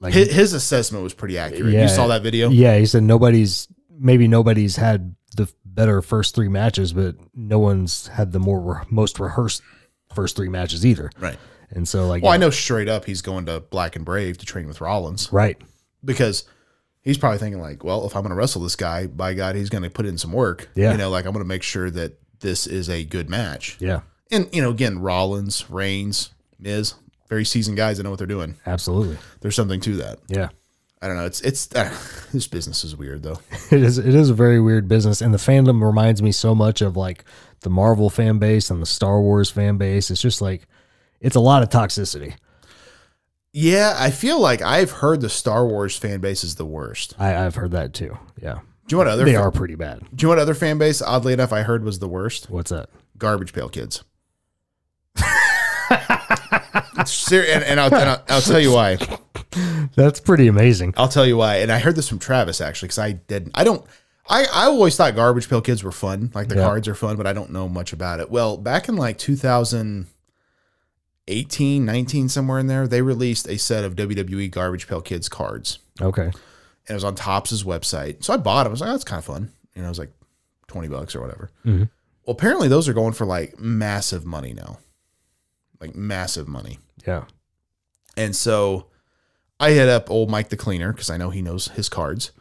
[SPEAKER 3] like
[SPEAKER 2] His, his assessment was pretty accurate.
[SPEAKER 3] Yeah.
[SPEAKER 2] You saw that video?
[SPEAKER 3] Yeah, he said nobody's maybe nobody's had the better first three matches, but no one's had the more re- most rehearsed first three matches either.
[SPEAKER 2] Right.
[SPEAKER 3] And so like
[SPEAKER 2] Well, I know straight up he's going to Black and Brave to train with Rollins
[SPEAKER 3] right.
[SPEAKER 2] because he's probably thinking like, "Well, if I'm going to wrestle this guy, by God, he's going to put in some work."
[SPEAKER 3] Yeah.
[SPEAKER 2] You know, like I'm going to make sure that this is a good match.
[SPEAKER 3] Yeah,
[SPEAKER 2] And you know, again, Rollins, Reigns, Miz, very seasoned guys that know what they're doing.
[SPEAKER 3] absolutely.
[SPEAKER 2] There's something to that.
[SPEAKER 3] Yeah.
[SPEAKER 2] I don't know. It's it's this business is weird though.
[SPEAKER 3] It is it is a very weird business and the fandom reminds me so much of like the Marvel fan base and the Star Wars fan base. It's just like it's a lot of toxicity.
[SPEAKER 2] Yeah, I feel like I've heard the Star Wars fan base is the worst.
[SPEAKER 3] I, I've heard that too. Yeah.
[SPEAKER 2] Do you want other?
[SPEAKER 3] they
[SPEAKER 2] fa-
[SPEAKER 3] are pretty bad.
[SPEAKER 2] Do you want other fan base? Oddly enough, I heard was the worst.
[SPEAKER 3] What's that?
[SPEAKER 2] Garbage Pail Kids. It's ser- and and, I'll, and I'll, I'll tell you why.
[SPEAKER 3] That's pretty amazing.
[SPEAKER 2] I'll tell you why. And I heard this from Travis actually, because I didn't. I don't. I, I always thought Garbage Pail Kids were fun. Like the
[SPEAKER 3] Yeah.
[SPEAKER 2] cards are fun, but I don't know much about it. Well, back in like 2018, 19, somewhere in there, they released a set of WWE Garbage Pail Kids cards.
[SPEAKER 3] Okay.
[SPEAKER 2] And it was on Topps' website. So I bought them. I was like, oh, that's kind of fun. You know, it was like 20 bucks or whatever.
[SPEAKER 3] Mhm.
[SPEAKER 2] Well, apparently those are going for like massive money now. Like massive money.
[SPEAKER 3] Yeah.
[SPEAKER 2] And so I hit up old Mike the cleaner because I know he knows his cards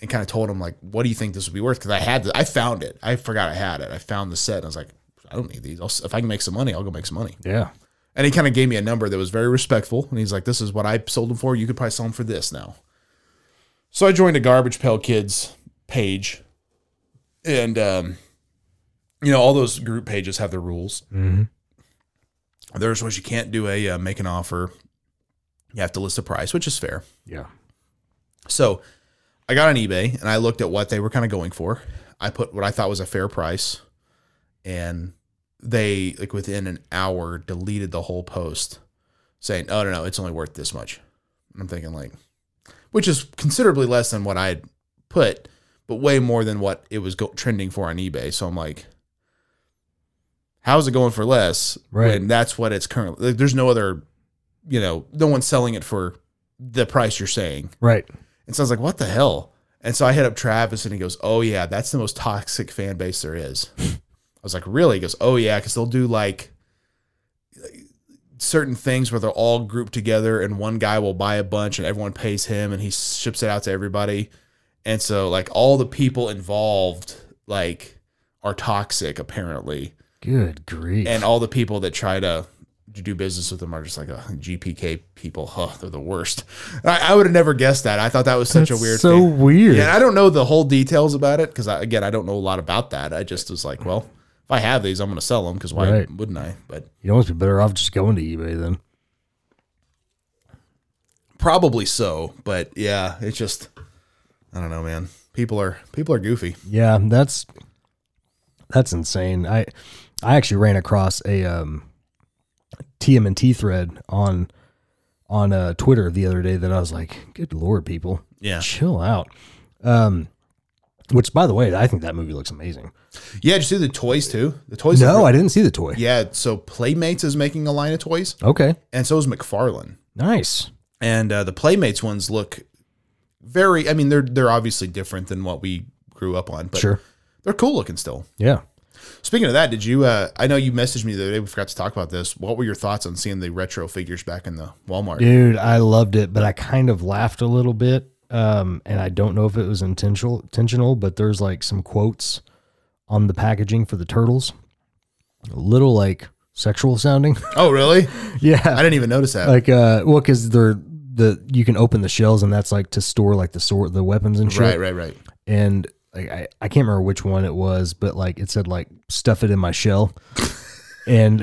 [SPEAKER 2] and kind of told him like, what do you think this would be worth? Because I had, the, I found it. I forgot I had it. I found the set and I was like, I don't need these. I'll, s- if I can make some money, I'll go make some money.
[SPEAKER 3] Yeah.
[SPEAKER 2] And he kind of gave me a number that was very respectful. And he's like, this is what I sold them for. You could probably sell them for this now. So I joined a Garbage Pail Kids page. And, um, you know, all those group pages have their rules. There's ones you can't do a uh, make an offer. You have to list a price, which is fair.
[SPEAKER 3] Yeah.
[SPEAKER 2] So I got on eBay and I looked at what they were kind of going for. I put what I thought was a fair price and they like within an hour deleted the whole post saying, "Oh no, no, it's only worth this much." And I'm thinking like which is considerably less than what I had put, but way more than what it was go- trending for on eBay. So I'm like how's it going for less
[SPEAKER 3] Right.
[SPEAKER 2] when that's what it's currently like, there's no other you know, no one's selling it for the price you're saying.
[SPEAKER 3] Right.
[SPEAKER 2] And so I was like, what the hell? And so I hit up Travis and he goes, oh, yeah, that's the most toxic fan base there is. I was like, really? He goes, oh, yeah, because they'll do like certain things where they're all grouped together and one guy will buy a bunch and everyone pays him and he ships it out to everybody. And so, like, all the people involved, like, are toxic apparently.
[SPEAKER 3] Good grief.
[SPEAKER 2] And all the people that try to do business with them are just like uh GPK people. Huh, they're the worst. I, I would have never guessed that. I thought that was such
[SPEAKER 3] That's
[SPEAKER 2] a weird
[SPEAKER 3] So
[SPEAKER 2] thing.
[SPEAKER 3] weird.
[SPEAKER 2] Yeah, I don't know the whole details about it because, I, again, I don't know a lot about that. I just was like, well, if I have these, I'm going to sell them because why
[SPEAKER 3] Right.
[SPEAKER 2] wouldn't I? But
[SPEAKER 3] You'd almost be better off just going to eBay then.
[SPEAKER 2] probably so. But yeah, it's just, I don't know, man. People are people are goofy.
[SPEAKER 3] Yeah, that's that's insane. I I actually ran across a um, TMNT thread on on uh, Twitter the other day that I was like, "Good lord, people,
[SPEAKER 2] Yeah.
[SPEAKER 3] chill out." Um, which, by the way, I think that movie looks amazing.
[SPEAKER 2] Yeah, did you see the toys too? The toys.
[SPEAKER 3] No, I didn't see the toy.
[SPEAKER 2] Yeah, so Playmates is making a line of toys,
[SPEAKER 3] Okay,
[SPEAKER 2] and so is McFarlane.
[SPEAKER 3] nice.
[SPEAKER 2] and uh, the Playmates ones look very. I mean, they're they're obviously different than what we grew up on, but
[SPEAKER 3] Sure.
[SPEAKER 2] they're cool looking still.
[SPEAKER 3] Yeah.
[SPEAKER 2] Speaking of that, did you? Uh, I know you messaged me the other day. We forgot to talk about this. What were your thoughts on seeing the retro figures back in the Walmart?
[SPEAKER 3] Dude, I loved it, but I kind of laughed a little bit. Um, and I don't know if it was intentional, intentional, but there's like some quotes on the packaging for the turtles, a little like sexual sounding.
[SPEAKER 2] Oh, really? I
[SPEAKER 3] yeah,
[SPEAKER 2] didn't even notice that.
[SPEAKER 3] like uh, well, because they're the you can open the shells and that's like to store like the sword, the weapons and shit.
[SPEAKER 2] right, right, right.
[SPEAKER 3] And like I, I can't remember which one it was, but like it said like stuff it in my shell, and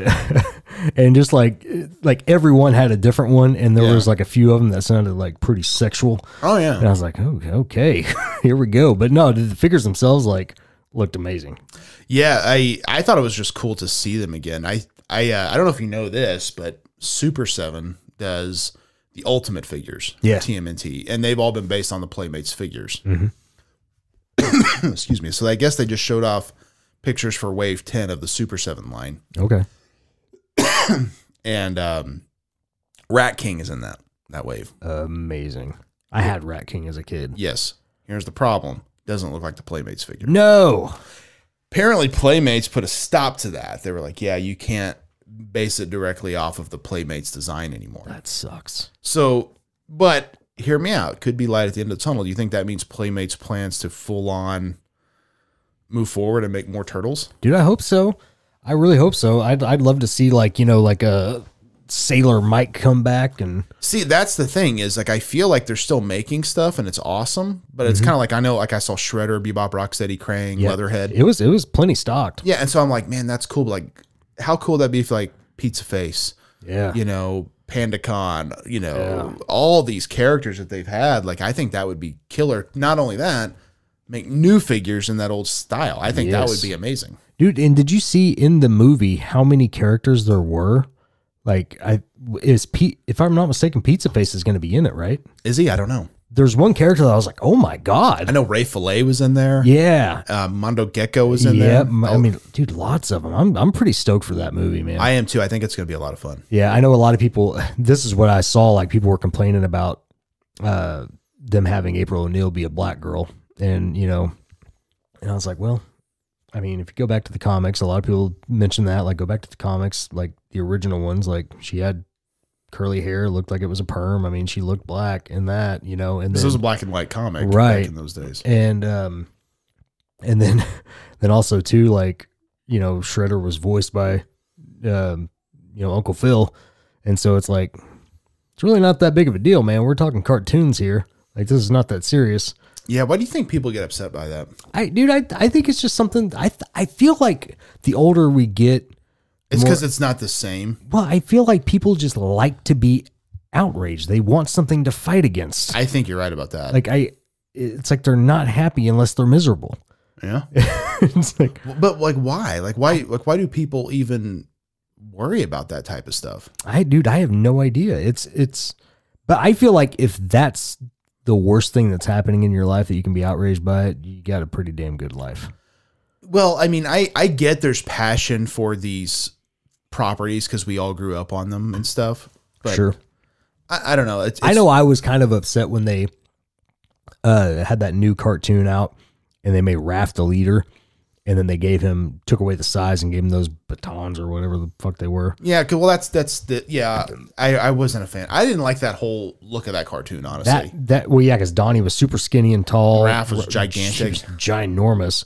[SPEAKER 3] and just like like everyone had a different one, and there
[SPEAKER 2] Yeah.
[SPEAKER 3] was like a few of them that sounded like pretty sexual.
[SPEAKER 2] Oh yeah.
[SPEAKER 3] And I was like, oh, okay, here we go. But no, the figures themselves like looked amazing.
[SPEAKER 2] Yeah, I I thought it was just cool to see them again. I I uh, I don't know if you know this, but Super Seven does the Ultimate figures,
[SPEAKER 3] Yeah.
[SPEAKER 2] TMNT, and they've all been based on the Playmates figures. Excuse me. So I guess they just showed off pictures for Wave Ten of the Super Seven line,
[SPEAKER 3] Okay,
[SPEAKER 2] and um, Rat King is in that that wave.
[SPEAKER 3] amazing. I had Rat King as a kid.
[SPEAKER 2] Yes. Here's the problem: doesn't look like the Playmates figure.
[SPEAKER 3] No,
[SPEAKER 2] apparently playmates put a stop to that they were like yeah you can't base it directly off of the playmates design anymore
[SPEAKER 3] that sucks.
[SPEAKER 2] so but hear me out could be light at the end of the tunnel do you think that means playmates plans to full on move forward and make more turtles
[SPEAKER 3] Dude, I hope so. I really hope so. I'd I'd love to see like you know like a Sailor Mike come back and
[SPEAKER 2] see that's the thing is like i feel like they're still making stuff and it's awesome but it's kind of like i know like i saw shredder bebop rocksteady krang
[SPEAKER 3] Mm-hmm. Yeah.
[SPEAKER 2] leatherhead
[SPEAKER 3] It was it was plenty stocked.
[SPEAKER 2] yeah and so i'm like man that's cool but like how cool would that be if like pizza face
[SPEAKER 3] Yeah,
[SPEAKER 2] you know, PandaCon, you know, all these characters that they've had. Like, I think that would be killer. Not only that, make new figures in that old style. I think that
[SPEAKER 3] Yes.
[SPEAKER 2] would be amazing.
[SPEAKER 3] dude. And did you see in the movie how many characters there were? Like I is Pete, if I'm not mistaken, Pizza Face is going to be in it, right?
[SPEAKER 2] Is he? I don't know.
[SPEAKER 3] There's one character that I was like, oh my
[SPEAKER 2] I
[SPEAKER 3] god,
[SPEAKER 2] know Ray Fillet was in there.
[SPEAKER 3] yeah,
[SPEAKER 2] Uh, Mondo Gecko was in
[SPEAKER 3] yeah.
[SPEAKER 2] there.
[SPEAKER 3] m- I
[SPEAKER 2] Oh,
[SPEAKER 3] mean, dude, lots of them. I'm I'm pretty stoked for that movie, man.
[SPEAKER 2] I am too. I think it's going to be a lot of fun.
[SPEAKER 3] Yeah, I know a lot of people. This is what I saw. Like people were complaining about uh, them having April O'Neil be a black girl, and you know, and I was like, well, I mean, if you go back to the comics, a lot of people mention that. Like, go back to the comics, like the original ones. Like she had curly hair, looked like it was a perm. I mean, she looked black in that, you know. And
[SPEAKER 2] This
[SPEAKER 3] then,
[SPEAKER 2] was a black and white comic
[SPEAKER 3] Right.
[SPEAKER 2] back in those days.
[SPEAKER 3] and um and then then also too like you know shredder was voiced by um you know uncle phil and so it's like it's really not that big of a deal man we're talking cartoons here like this is not that serious
[SPEAKER 2] Yeah, why do you think people get upset by that?
[SPEAKER 3] i dude i, I think it's just something i th- i feel like the older we get
[SPEAKER 2] It's because it's not the same.
[SPEAKER 3] well i feel like people just like to be outraged they want something to fight against
[SPEAKER 2] I think you're right about that.
[SPEAKER 3] like i it's like they're not happy unless they're miserable
[SPEAKER 2] yeah,
[SPEAKER 3] it's like
[SPEAKER 2] but like why? Like why? Like why do people even worry about that type of stuff?
[SPEAKER 3] I dude, I have no idea. It's it's but I feel like if that's the worst thing that's happening in your life that you can be outraged by it, you got a pretty damn good life.
[SPEAKER 2] Well, I mean, I I get there's passion for these properties because we all grew up on them and stuff. But
[SPEAKER 3] sure.
[SPEAKER 2] I, I don't know. It's,
[SPEAKER 3] I
[SPEAKER 2] it's-
[SPEAKER 3] know I was kind of upset when they uh had that new cartoon out and they made Raft the leader and then they gave him took away the size and gave him those batons or whatever the fuck they were.
[SPEAKER 2] Yeah, 'cause- well, that's that's the yeah. I I wasn't a fan. I didn't like that whole look of that cartoon. Honestly,
[SPEAKER 3] That that well yeah, because Donnie was super skinny and tall.
[SPEAKER 2] Raph was
[SPEAKER 3] She
[SPEAKER 2] gigantic.
[SPEAKER 3] ginormous.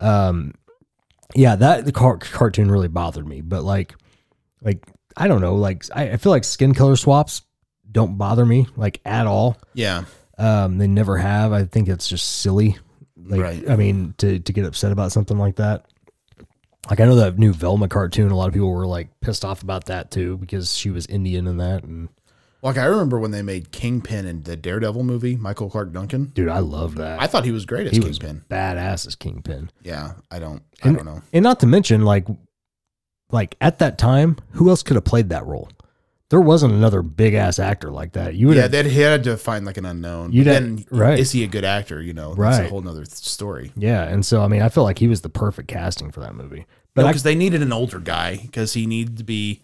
[SPEAKER 3] Um, yeah, that the car- cartoon really bothered me. But like, like I don't know. Like I, I feel like skin color swaps don't bother me like at all.
[SPEAKER 2] yeah.
[SPEAKER 3] Um, they never have. I think it's just silly. Like,
[SPEAKER 2] Right.
[SPEAKER 3] I mean, to to get upset about something like that. Like I know that new Velma cartoon, a lot of people were like pissed off about that too because she was Indian in that. And
[SPEAKER 2] Like I remember when they made Kingpin in the Daredevil movie, Michael Clark Duncan.
[SPEAKER 3] dude, I love that.
[SPEAKER 2] I thought he was great as
[SPEAKER 3] he was
[SPEAKER 2] Kingpin.
[SPEAKER 3] badass as Kingpin.
[SPEAKER 2] Yeah, I don't. I
[SPEAKER 3] And-
[SPEAKER 2] don't know.
[SPEAKER 3] And not to mention, like, like at that time, who else could have played that role? There wasn't another big ass actor like that. You would
[SPEAKER 2] Yeah,
[SPEAKER 3] have,
[SPEAKER 2] that he had to find like an unknown.
[SPEAKER 3] You'd
[SPEAKER 2] But
[SPEAKER 3] have-
[SPEAKER 2] then,
[SPEAKER 3] right.
[SPEAKER 2] Is he a good actor? You know, that's a
[SPEAKER 3] Right.
[SPEAKER 2] whole nother th- story.
[SPEAKER 3] yeah. And so, I mean, I feel like he was the perfect casting for that movie. But I,
[SPEAKER 2] Because they needed an older guy because he needed to be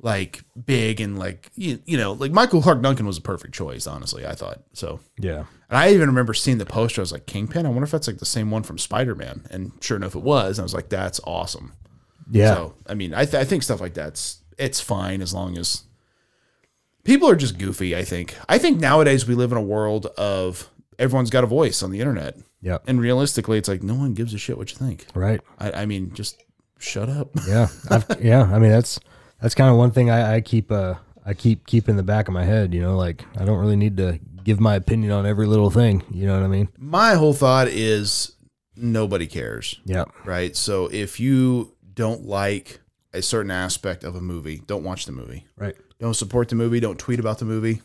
[SPEAKER 2] like big and like you, you know like Michael Clark Duncan was a perfect choice. Honestly, I thought so.
[SPEAKER 3] yeah,
[SPEAKER 2] And I even remember seeing the poster. I was like, Kingpin. I wonder if that's like the same one from Spider Man. And sure enough, it was. And I was like, that's awesome.
[SPEAKER 3] yeah,
[SPEAKER 2] So I mean, I, th- I think stuff like that's it's fine as long as people are just goofy. I think. I think nowadays we live in a world of everyone's got a voice on the internet,
[SPEAKER 3] yeah,
[SPEAKER 2] and realistically, it's like no one gives a shit what you think.
[SPEAKER 3] right,
[SPEAKER 2] I, I mean, just shut up.
[SPEAKER 3] yeah, I've, yeah. I mean, that's that's kind of one thing I, I keep uh I keep keep in the back of my head. You know, like I don't really need to give my opinion on every little thing. You know what I mean?
[SPEAKER 2] My whole thought is nobody cares.
[SPEAKER 3] Yeah,
[SPEAKER 2] right? So if you don't like a certain aspect of a movie, don't watch the movie.
[SPEAKER 3] right.
[SPEAKER 2] Don't support the movie. Don't tweet about the movie.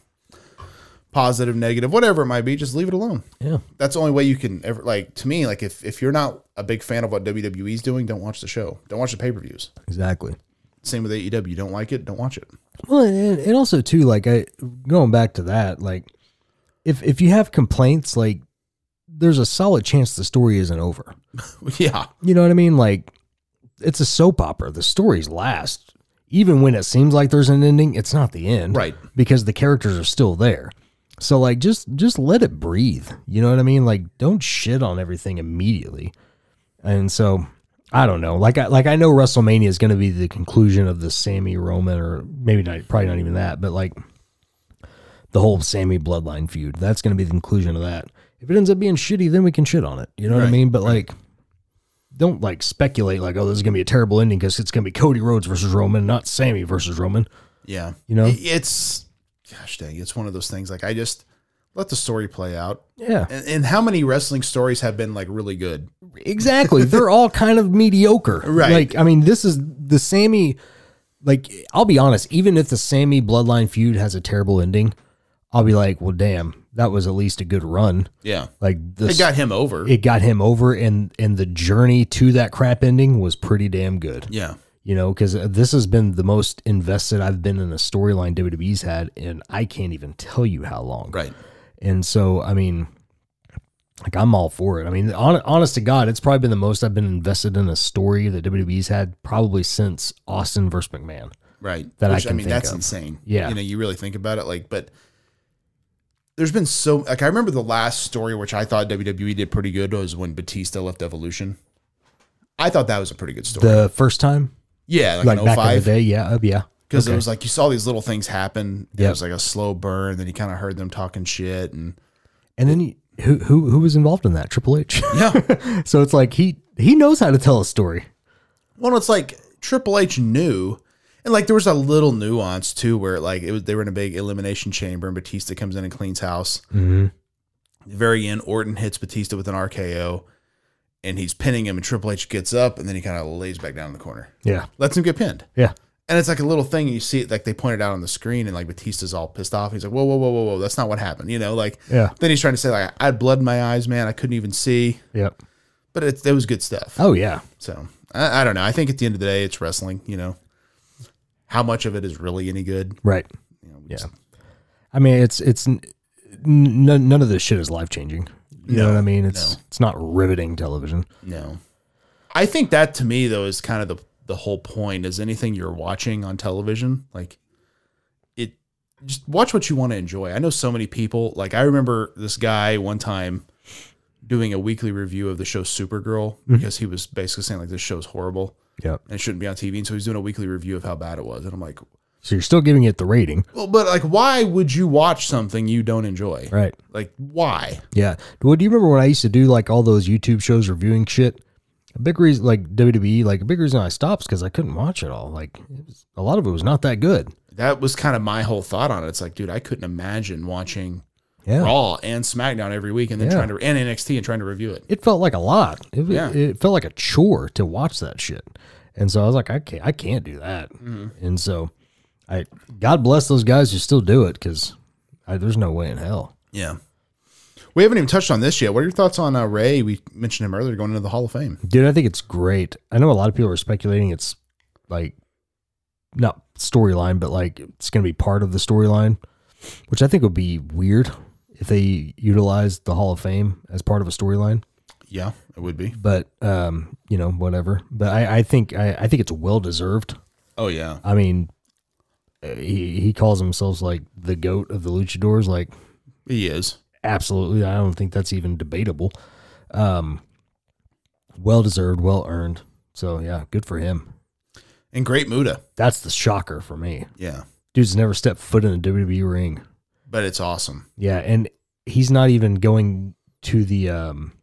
[SPEAKER 2] Positive, negative, whatever it might be, just leave it alone.
[SPEAKER 3] Yeah,
[SPEAKER 2] That's the only way you can ever like to me. Like if if you're not a big fan of what WWE's doing, don't watch the show. Don't watch the pay per views.
[SPEAKER 3] exactly.
[SPEAKER 2] Same with AEW. Don't like it. Don't watch it.
[SPEAKER 3] Well, and, and also too, like I going back to that, like if if you have complaints, like there's a solid chance the story isn't over.
[SPEAKER 2] yeah,
[SPEAKER 3] You know what I mean? Like it's a soap opera. The stories last, even when it seems like there's an ending, it's not the end,
[SPEAKER 2] Right.
[SPEAKER 3] Because the characters are still there. So like just just let it breathe. You know what I mean? Like don't shit on everything immediately. And so I don't know. Like I like I know WrestleMania is going to be the conclusion of the Sammy Roman or maybe not probably not even that, but like the whole Sammy bloodline feud. That's going to be the conclusion of that. If it ends up being shitty, then we can shit on it. You know what I
[SPEAKER 2] Right,
[SPEAKER 3] mean? But like don't like speculate like oh this is going to be a terrible ending cuz it's going to be Cody Rhodes versus Roman, not Sammy versus Roman.
[SPEAKER 2] yeah.
[SPEAKER 3] You know?
[SPEAKER 2] It- it's gosh dang, it's one of those things. Like I just let the story play out.
[SPEAKER 3] Yeah.
[SPEAKER 2] And, and how many wrestling stories have been like really good?
[SPEAKER 3] Exactly. They're all kind of mediocre.
[SPEAKER 2] Right.
[SPEAKER 3] Like, I mean, this is the Sammy. Like, I'll be honest, even if the Sammy bloodline feud has a terrible ending, I'll be like, well, damn, that was at least a good run.
[SPEAKER 2] Yeah,
[SPEAKER 3] Like,
[SPEAKER 2] it
[SPEAKER 3] this,
[SPEAKER 2] got him over.
[SPEAKER 3] it got him over, and, and the journey to that crap ending was pretty damn good.
[SPEAKER 2] yeah.
[SPEAKER 3] You know, because this has been the most invested I've been in a storyline WWE's had, and I can't even tell you how long.
[SPEAKER 2] Right.
[SPEAKER 3] And so, I mean, like I'm all for it. I mean, hon honest to God, it's probably been the most I've been invested in a story that WWE's had probably since Austin versus McMahon.
[SPEAKER 2] Right.
[SPEAKER 3] that I
[SPEAKER 2] Which, I,
[SPEAKER 3] can
[SPEAKER 2] mean,
[SPEAKER 3] think
[SPEAKER 2] that's
[SPEAKER 3] of.
[SPEAKER 2] insane.
[SPEAKER 3] Yeah.
[SPEAKER 2] You know, you really think about it. Like, but there's been so, like, I remember the last story, which I thought WWE did pretty good, was when Batista left Evolution. I thought that was a pretty good story.
[SPEAKER 3] The first time,
[SPEAKER 2] yeah. Like,
[SPEAKER 3] like
[SPEAKER 2] in
[SPEAKER 3] back in
[SPEAKER 2] 05.
[SPEAKER 3] the day, yeah, uh, yeah,
[SPEAKER 2] Because it
[SPEAKER 3] Okay.
[SPEAKER 2] was like you saw these little things happen. and It
[SPEAKER 3] Yep.
[SPEAKER 2] was like a slow burn. Then you kind of heard them talking shit, and
[SPEAKER 3] and then you, who who who was involved in that? Triple H.
[SPEAKER 2] yeah.
[SPEAKER 3] so it's like he he knows how to tell a story.
[SPEAKER 2] Well, it's like Triple H knew, and like there was a little nuance too, where like it was they were in a big elimination chamber, and Batista comes in and cleans house.
[SPEAKER 3] Mhm.
[SPEAKER 2] The very end, Orton hits Batista with an RKO, and he's pinning him, and Triple H gets up, and then he kind of lays back down in the corner,
[SPEAKER 3] Yeah,
[SPEAKER 2] lets him get pinned.
[SPEAKER 3] yeah,
[SPEAKER 2] And it's like a little thing you see it like they pointed out on the screen, and like Batista's all pissed off. He's like, "Whoa, whoa, whoa, whoa, whoa! That's not what happened." You know, like
[SPEAKER 3] Yeah.
[SPEAKER 2] Then he's trying to say like, "I had blood in my eyes, man. I couldn't even see,"
[SPEAKER 3] yeah.
[SPEAKER 2] but it, it was good stuff.
[SPEAKER 3] Oh yeah,
[SPEAKER 2] So I, I don't know. I think at the end of the day, it's wrestling. You know, how much of it is really any good?
[SPEAKER 3] right.
[SPEAKER 2] You know, we
[SPEAKER 3] Yeah.
[SPEAKER 2] just-
[SPEAKER 3] I mean, it's it's n- n- none of this shit is life changing. You know
[SPEAKER 2] No,
[SPEAKER 3] what I mean? It's it's not riveting television.
[SPEAKER 2] no. I think that to me though is kind of the the whole point. Is anything you're watching on television like it? Just watch what you want to enjoy. I know so many people. Like I remember this guy one time doing a weekly review of the show Supergirl because he was basically saying like this show's horrible
[SPEAKER 3] Yep.
[SPEAKER 2] and it shouldn't be on TV. And so he's doing a weekly review of how bad it was. And I'm like,
[SPEAKER 3] So you're still giving it the rating,
[SPEAKER 2] well, but like, why would you watch something you don't enjoy?
[SPEAKER 3] right?
[SPEAKER 2] Like, why?
[SPEAKER 3] Yeah. Well, do you remember when I used to do like all those YouTube shows reviewing shit? A big reason, like WWE, like a big reason I stopped because I couldn't watch it all. Like it was, a lot of it was not that good.
[SPEAKER 2] That was kind of my whole thought on it. It's like, dude, I couldn't imagine watching
[SPEAKER 3] Yeah.
[SPEAKER 2] Raw and SmackDown every week and then
[SPEAKER 3] Yeah.
[SPEAKER 2] trying to and NXT and trying to review it.
[SPEAKER 3] It felt like a lot. It, was-
[SPEAKER 2] Yeah.
[SPEAKER 3] it felt like a chore to watch that shit. And so I was like, I can't, I can't do that. And so I, God bless those guys who still do it because there's no way in hell.
[SPEAKER 2] Yeah. We haven't even touched on this yet. What are your thoughts on uh, Ray? We mentioned him earlier going into the Hall of Fame.
[SPEAKER 3] Dude, I think it's great. I know a lot of people are speculating it's like not storyline, but like it's going to be part of the storyline, which I think would be weird if they utilized the Hall of Fame as part of a storyline.
[SPEAKER 2] Yeah, it would be.
[SPEAKER 3] But um, you know, whatever. But I, I think I, I think it's well deserved.
[SPEAKER 2] Oh yeah.
[SPEAKER 3] I mean, uh, he he calls himself like the goat of the luchadors. Like,
[SPEAKER 2] He is.
[SPEAKER 3] absolutely, I don't think that's even debatable. Um, well deserved, well earned. So yeah, good for him.
[SPEAKER 2] And great Muda.
[SPEAKER 3] That's the shocker for me.
[SPEAKER 2] Yeah.
[SPEAKER 3] Dude's never stepped foot in a WWE ring.
[SPEAKER 2] But it's awesome.
[SPEAKER 3] Yeah, and he's not even going to the um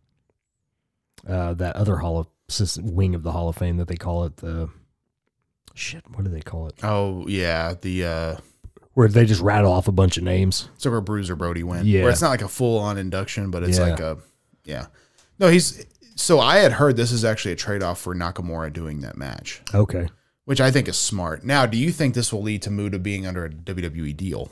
[SPEAKER 3] uh that other hall of sys- wing of the Hall of Fame that they call it the shit. What do they call it?
[SPEAKER 2] Oh yeah. The uh
[SPEAKER 3] Where they just rattle off a bunch of names.
[SPEAKER 2] it's like where Bruiser Brody went.
[SPEAKER 3] Yeah.
[SPEAKER 2] Where it's not like a full on induction, but it's
[SPEAKER 3] Yeah.
[SPEAKER 2] like a yeah. No, he's so I had heard this is actually a trade off for Nakamura doing that match.
[SPEAKER 3] Okay.
[SPEAKER 2] which I think is smart. Now, do you think this will lead to Muda being under a WWE deal,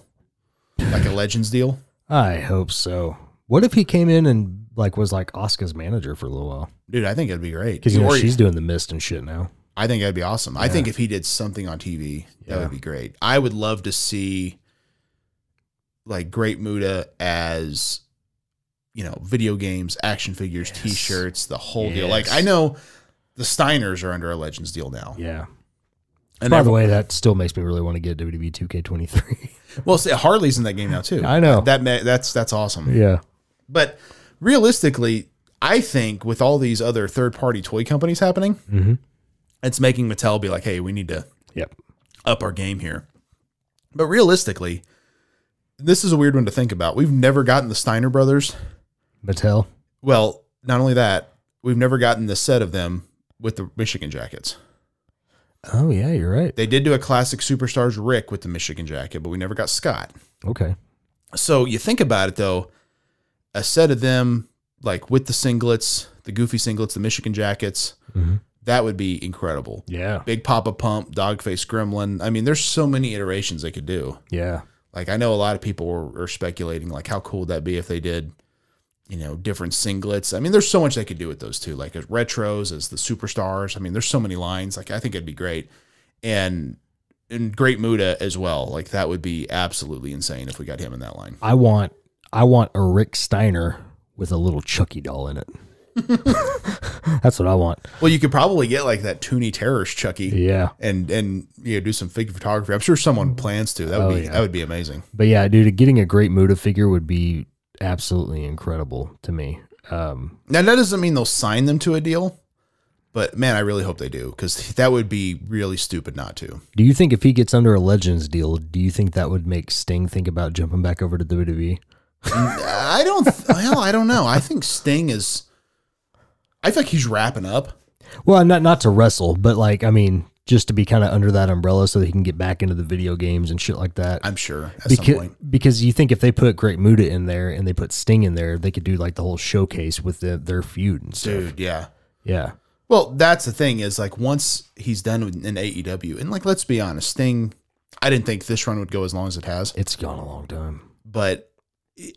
[SPEAKER 2] like a Legends deal?
[SPEAKER 3] I hope so. What if he came in and like was like Oscar's manager for a little while?
[SPEAKER 2] Dude, I think it'd be great.
[SPEAKER 3] Because you know
[SPEAKER 2] Or-
[SPEAKER 3] she's doing the mist and shit now.
[SPEAKER 2] I think that'd be awesome. I think if he did something on TV, that
[SPEAKER 3] Yeah.
[SPEAKER 2] would be great. I would love to see like Great Muda as you know, video games, action figures, t-shirts, the whole deal. Like
[SPEAKER 3] Yes.
[SPEAKER 2] I know the Steiners are under a Legends deal now.
[SPEAKER 3] Yeah.
[SPEAKER 2] And
[SPEAKER 3] By the
[SPEAKER 2] every-
[SPEAKER 3] way, that still makes me really want to get E WWE 2K23.
[SPEAKER 2] well, see, Harley's in that game now too.
[SPEAKER 3] I know.
[SPEAKER 2] That ma- that's that's awesome.
[SPEAKER 3] yeah.
[SPEAKER 2] But realistically, I think with all these other third party toy companies happening,
[SPEAKER 3] Mm-hmm.
[SPEAKER 2] it's making Mattel be like, hey, we need to
[SPEAKER 3] Yep.
[SPEAKER 2] up our game here. But realistically, this is a weird one to think about. We've never gotten the Steiner brothers.
[SPEAKER 3] Mattel.
[SPEAKER 2] Well, not only that, we've never gotten the set of them with the Michigan jackets.
[SPEAKER 3] Oh yeah, you're right.
[SPEAKER 2] They did do a classic Superstars Rick with the Michigan jacket, but we never got Scott.
[SPEAKER 3] Okay.
[SPEAKER 2] So you think about it though, a set of them like with the singlets, the goofy singlets, the Michigan jackets, that would be incredible.
[SPEAKER 3] Yeah.
[SPEAKER 2] Big Papa Pump, Dogface Gremlin. I mean, there's so many iterations they could do.
[SPEAKER 3] Yeah.
[SPEAKER 2] Like I know a lot of people are, are speculating like how cool would that be if they did you know, different singlets. I mean, there's so much they could do with those two, like as retros, as the superstars. I mean, there's so many lines. Like, I think it'd be great. And in Great Muda as well. Like, that would be absolutely insane if we got him in that line.
[SPEAKER 3] I want I want a Rick Steiner with a little Chucky doll in it. That's what I want.
[SPEAKER 2] Well, you could probably get like that Toonie Terrorist Chucky.
[SPEAKER 3] Yeah.
[SPEAKER 2] And, and, you know, do some figure photography. I'm sure someone plans to. That would
[SPEAKER 3] Oh,
[SPEAKER 2] be,
[SPEAKER 3] yeah.
[SPEAKER 2] that would be amazing.
[SPEAKER 3] But yeah, dude, getting a great Muda figure would be absolutely incredible to me. Um,
[SPEAKER 2] Now that doesn't mean they'll sign them to a deal, but man, I really hope they do because that would be really stupid not to.
[SPEAKER 3] do you think if he gets under a Legends deal, do you think that would make Sting think about jumping back over to E? WWE?
[SPEAKER 2] I don't. well, I don't know. I think Sting is. I think he's wrapping up.
[SPEAKER 3] Well, not not to wrestle, but like I mean, just to be kind of under that umbrella so that he can get back into the video games and shit like that.
[SPEAKER 2] I'm sure at some
[SPEAKER 3] because,
[SPEAKER 2] point.
[SPEAKER 3] because you think if they put Great Muda in there and they put Sting in there, they could do like the whole showcase with the, their feud and stuff.
[SPEAKER 2] Dude, yeah.
[SPEAKER 3] Yeah.
[SPEAKER 2] Well, that's the thing is like once he's done with an AEW, and like let's be honest, Sting. I didn't think this run would go as long as it has,
[SPEAKER 3] It's gone a long time.
[SPEAKER 2] but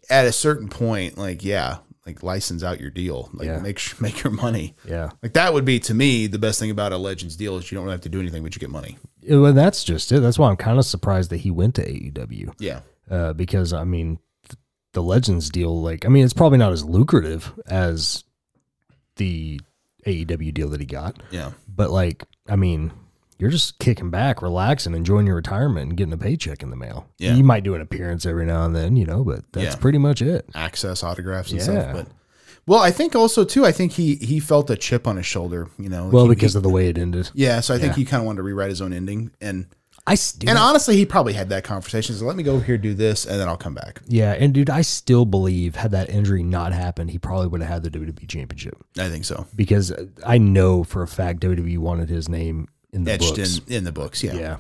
[SPEAKER 2] at a certain point, like yeah, like license out your deal, like
[SPEAKER 3] Yeah.
[SPEAKER 2] make sure, make your money.
[SPEAKER 3] Yeah.
[SPEAKER 2] Like that would be to me the best thing about a Legends deal is you don't really have to do anything but you get money.
[SPEAKER 3] Yeah, Well, that's just it. That's why I'm kind of surprised that he went to E AEW
[SPEAKER 2] Yeah.
[SPEAKER 3] uh, because, I mean, th- the Legends deal, like, I mean, it's probably not as lucrative as the AEW deal that he got,
[SPEAKER 2] Yeah.
[SPEAKER 3] but, like, I mean, you're just kicking back, relaxing, enjoying your retirement, and getting a paycheck in the mail.
[SPEAKER 2] Yeah.
[SPEAKER 3] You might do an appearance every now and then, you know, but that's
[SPEAKER 2] Yeah.
[SPEAKER 3] pretty much it.
[SPEAKER 2] Access autographs and
[SPEAKER 3] Yeah.
[SPEAKER 2] stuff. But well, I think also too, I think he he felt a chip on his shoulder, you know. like
[SPEAKER 3] Well,
[SPEAKER 2] he-
[SPEAKER 3] because of the way it ended.
[SPEAKER 2] he- Yeah, so I think he kinda wanted to rewrite his own ending. And
[SPEAKER 3] I still,
[SPEAKER 2] and honestly he probably had that conversation. So let me go over here, do this, and then I'll come back.
[SPEAKER 3] yeah, and dude, I still believe had that injury not happened, he probably would have had the WWE Championship
[SPEAKER 2] I think so.
[SPEAKER 3] because I know for a fact WWE wanted his name in the
[SPEAKER 2] Etched
[SPEAKER 3] books.
[SPEAKER 2] in in the books, yeah.
[SPEAKER 3] Yeah,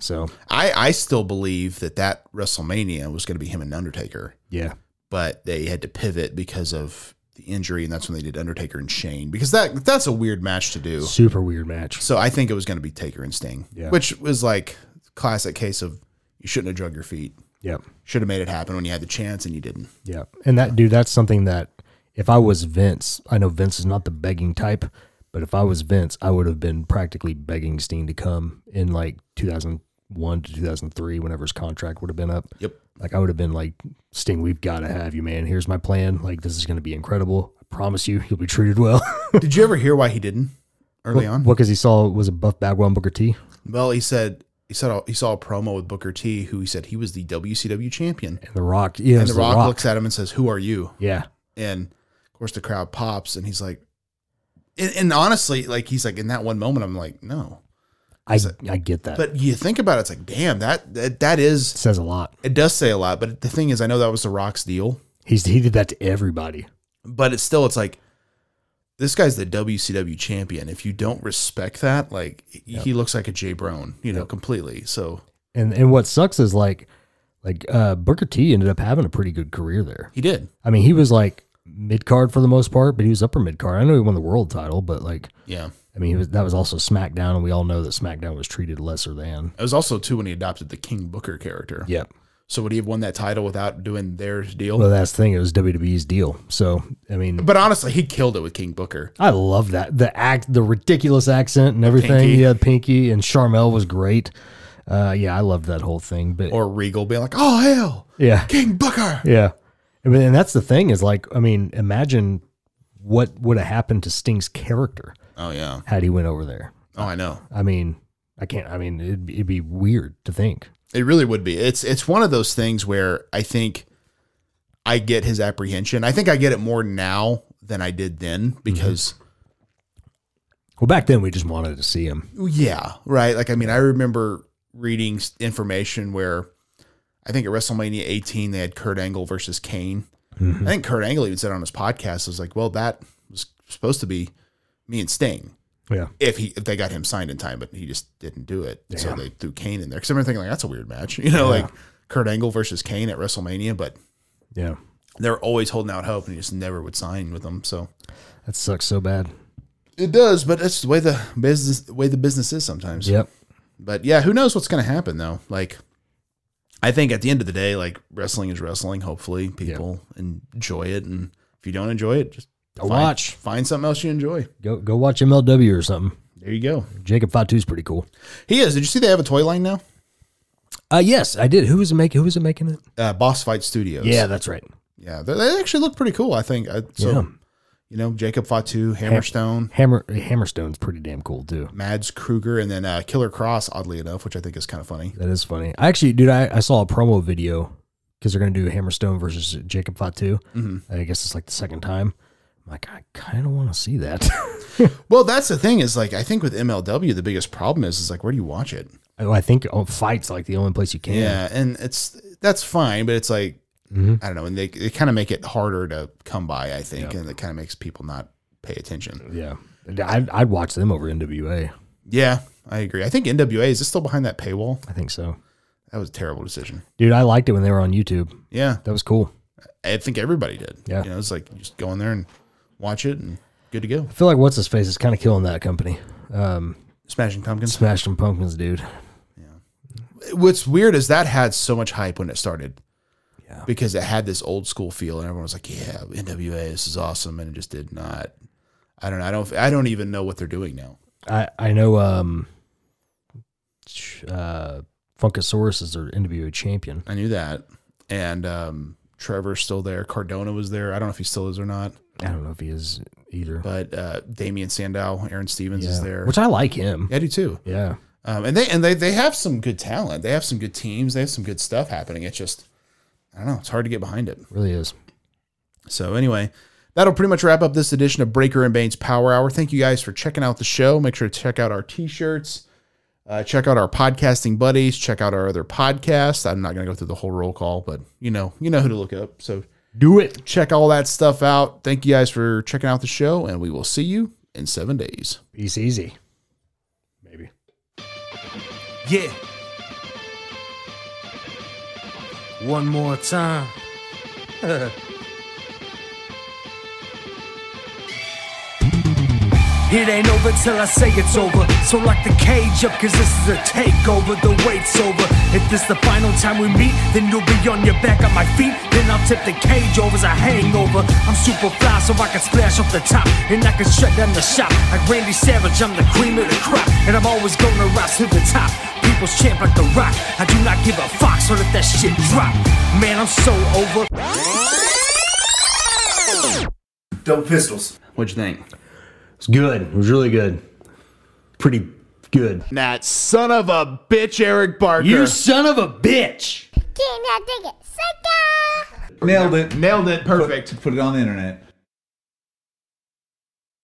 [SPEAKER 3] so
[SPEAKER 2] I, I still believe that that WrestleMania was gonna be him and Undertaker.
[SPEAKER 3] yeah,
[SPEAKER 2] but they had to pivot because of the injury, and that's when they did Undertaker and Shane because that that's a weird match to do.
[SPEAKER 3] super weird match.
[SPEAKER 2] So I think it was going to be Taker and Sting,
[SPEAKER 3] Yeah.
[SPEAKER 2] which was like classic case of you shouldn't have drug your feet,
[SPEAKER 3] Yep,
[SPEAKER 2] should have made it happen when you had the chance and you didn't.
[SPEAKER 3] yeah, and that dude, that's something that if I was Vince, I know Vince is not the begging type, but if I was Vince, I would have been practically begging Steen to come in like 2001 to 2003, whenever his contract would have been up.
[SPEAKER 2] Yep.
[SPEAKER 3] Like I would have been like, Sting, we've got to have you, man. Here's my plan. Like this is going to be incredible. I promise you, you'll be treated well.
[SPEAKER 2] did you ever hear why he didn't early on?
[SPEAKER 3] what? Because he saw was a Buff Bagwell and Booker T.
[SPEAKER 2] Well, he said he said he saw a promo with Booker T, who he said he was the WCW champion,
[SPEAKER 3] And The Rock. Yeah, it
[SPEAKER 2] and
[SPEAKER 3] was
[SPEAKER 2] the Rock, looks at him and says, "Who are you?"
[SPEAKER 3] yeah,
[SPEAKER 2] And of course, the crowd pops, and he's like. And, and honestly, like he's like in that one moment, I'm like, no,
[SPEAKER 3] I I get that.
[SPEAKER 2] But you think about it, it's like, damn, that that, that is
[SPEAKER 3] it says a lot.
[SPEAKER 2] it does say a lot. But the thing is, I know that was the Rock's deal,
[SPEAKER 3] He's he did that to everybody.
[SPEAKER 2] but it's still, it's like this guy's the WCW champion. If you don't respect that, like he- he looks like a Jay Brown, you know, completely. So
[SPEAKER 3] And and what sucks is like like uh, Booker T ended up having a pretty good career there.
[SPEAKER 2] he did,
[SPEAKER 3] I mean, he was like mid card for the most part, but he was upper mid card. I know he won the world title, but like
[SPEAKER 2] yeah.
[SPEAKER 3] I mean, he was, that was also SmackDown, and we all know that SmackDown was treated lesser than.
[SPEAKER 2] It was also too when he adopted the King Booker character.
[SPEAKER 3] Yep.
[SPEAKER 2] So would he have won that title without doing their deal?
[SPEAKER 3] Well, that's the thing. It was WWE's deal. So I mean,
[SPEAKER 2] but honestly, he killed it with King Booker.
[SPEAKER 3] I love that the act, the ridiculous accent and everything.
[SPEAKER 2] Pinky.
[SPEAKER 3] Yeah, Pinky and Charmel was great. Uh, yeah, I loved that whole thing. But
[SPEAKER 2] Or Regal being like, "Oh hell,
[SPEAKER 3] yeah,
[SPEAKER 2] King Booker!"
[SPEAKER 3] Yeah. I mean, and that's the thing is like, I mean, imagine what would have happened to Sting's character
[SPEAKER 2] Oh yeah,
[SPEAKER 3] had he went over there.
[SPEAKER 2] oh I know.
[SPEAKER 3] I mean, I can't, I mean, it'd, be- it'd be weird to think.
[SPEAKER 2] It really would be. It's it's one of those things where I think I get his apprehension. I think I get it more now than I did then because
[SPEAKER 3] Well, back then we just wanted to see him.
[SPEAKER 2] yeah, right? Like I mean, I remember reading s- information where I think at WrestleMania 18 they had Kurt Angle versus Kane. I think Kurt Angle even said on his podcast was like, "Well, that was supposed to be me and Sting."
[SPEAKER 3] Yeah.
[SPEAKER 2] If he if they got him signed in time, but he just didn't do it, so they threw Kane in there. Because I'm thinking like that's a weird match, you know, like Kurt Angle versus Kane at WrestleMania, but
[SPEAKER 3] Yeah.
[SPEAKER 2] they're always holding out hope and he just never would sign with them. So
[SPEAKER 3] That sucks so bad.
[SPEAKER 2] it does, but that's the way the business the way the business is sometimes.
[SPEAKER 3] Yep.
[SPEAKER 2] But yeah, who knows what's gonna happen though? Like I think at the end of the day, like wrestling is wrestling. Hopefully people enjoy it and If you don't enjoy it, just
[SPEAKER 3] Go
[SPEAKER 2] find-
[SPEAKER 3] watch.
[SPEAKER 2] Find something else you enjoy.
[SPEAKER 3] Go go watch MLW or something.
[SPEAKER 2] There you go.
[SPEAKER 3] Jacob Fatu's pretty cool.
[SPEAKER 2] He is. Did you see they have a toy line now?
[SPEAKER 3] Uh yes, I did. Who was it making who was it making it?
[SPEAKER 2] Uh, Boss Fight Studios.
[SPEAKER 3] Yeah, that's right.
[SPEAKER 2] yeah. They, they actually look pretty cool. I think. I, so,
[SPEAKER 3] Yeah.
[SPEAKER 2] you know, Jacob Fatu, Hammerstone,
[SPEAKER 3] Hammer Hammerstone's pretty damn cool too.
[SPEAKER 2] Mads Kruger, and then uh, Killer Cross. Oddly enough, which I think is kind of funny.
[SPEAKER 3] That is funny. I actually dude, I, I saw a promo video because they're gonna do Hammerstone versus Jacob Fatu. I guess it's like the second time. I'm like, I kinda wanna see that.
[SPEAKER 2] Well, that's the thing is like I think with MLW the biggest problem is is like where do you watch it?
[SPEAKER 3] Oh, I think oh, fights like the only place you can.
[SPEAKER 2] Yeah, and it's that's fine, but it's like I don't know, and they, they kind of make it harder to come by, I think, and it kind of makes people not pay attention.
[SPEAKER 3] Yeah. I'd, I'd watch them over NWA.
[SPEAKER 2] Yeah, I agree. I think NWA is this still behind that paywall?
[SPEAKER 3] I think so.
[SPEAKER 2] That was a terrible decision.
[SPEAKER 3] Dude, I liked it when they were on YouTube.
[SPEAKER 2] Yeah,
[SPEAKER 3] That was cool.
[SPEAKER 2] I think everybody did.
[SPEAKER 3] Yeah.
[SPEAKER 2] you know, it's like you just go in there and watch it and good to go.
[SPEAKER 3] I feel like what's his face is kind of killing that company. Um,
[SPEAKER 2] Smashing Pumpkins.
[SPEAKER 3] Smashed them pumpkins, dude.
[SPEAKER 2] What's weird is that had so much hype when it started.
[SPEAKER 3] Yeah.
[SPEAKER 2] Because it had this old school feel, and everyone was like, "Yeah, NWA, this is awesome," and it just did not. I don't know. I don't. I don't even know what they're doing now.
[SPEAKER 3] I I know. Um, sh- uh, Funkasaurus is their NWA champion.
[SPEAKER 2] I knew that. And um, Trevor's still there. Cardona was there. I don't know if he still is or not.
[SPEAKER 3] I don't know if he is either.
[SPEAKER 2] But uh, Damian Sandow, Aaron Stevens is
[SPEAKER 3] Yeah.
[SPEAKER 2] there.
[SPEAKER 3] Which I like him.
[SPEAKER 2] I do too.
[SPEAKER 3] Yeah.
[SPEAKER 2] Um, and they and they they have some good talent. They have some good teams. They have some good stuff happening. It's just I don't know. It's hard to get behind it.
[SPEAKER 3] really is.
[SPEAKER 2] So anyway, that'll pretty much wrap up this edition of Breaker and Bane's Power Hour. Thank you guys for checking out the show. Make sure to check out our t-shirts. Uh, check out our podcasting buddies. Check out our other podcasts. I'm not going to go through the whole roll call, but you know, you know who to look up. So do it. Check all that stuff out. Thank you guys for checking out the show, and we will see you in seven days.
[SPEAKER 3] He's easy. Maybe.
[SPEAKER 1] Yeah. One more time. It ain't over till I say it's over. So lock the cage up, cause this is a takeover. The wait's over. If this the final time we meet, then you'll be on your back on my feet. Then I'll tip the cage over as a hangover. I'm super fly, so I can splash off the top. And I can shut down the shop. Like Randy Savage, I'm the cream of the crop. And I'm always gonna rise to the top. People's champ like the rock. I do not give a fuck, so let that shit drop. Man, I'm so over. Double pistols.
[SPEAKER 4] What'd you think?
[SPEAKER 3] It's good. It was really good. Pretty good.
[SPEAKER 2] That son of a bitch, Eric Barker.
[SPEAKER 3] son of a bitch.
[SPEAKER 5] Can't dig it. Sucker!
[SPEAKER 6] Nailed it.
[SPEAKER 4] Nailed it. Perfect.
[SPEAKER 6] Put it on the internet.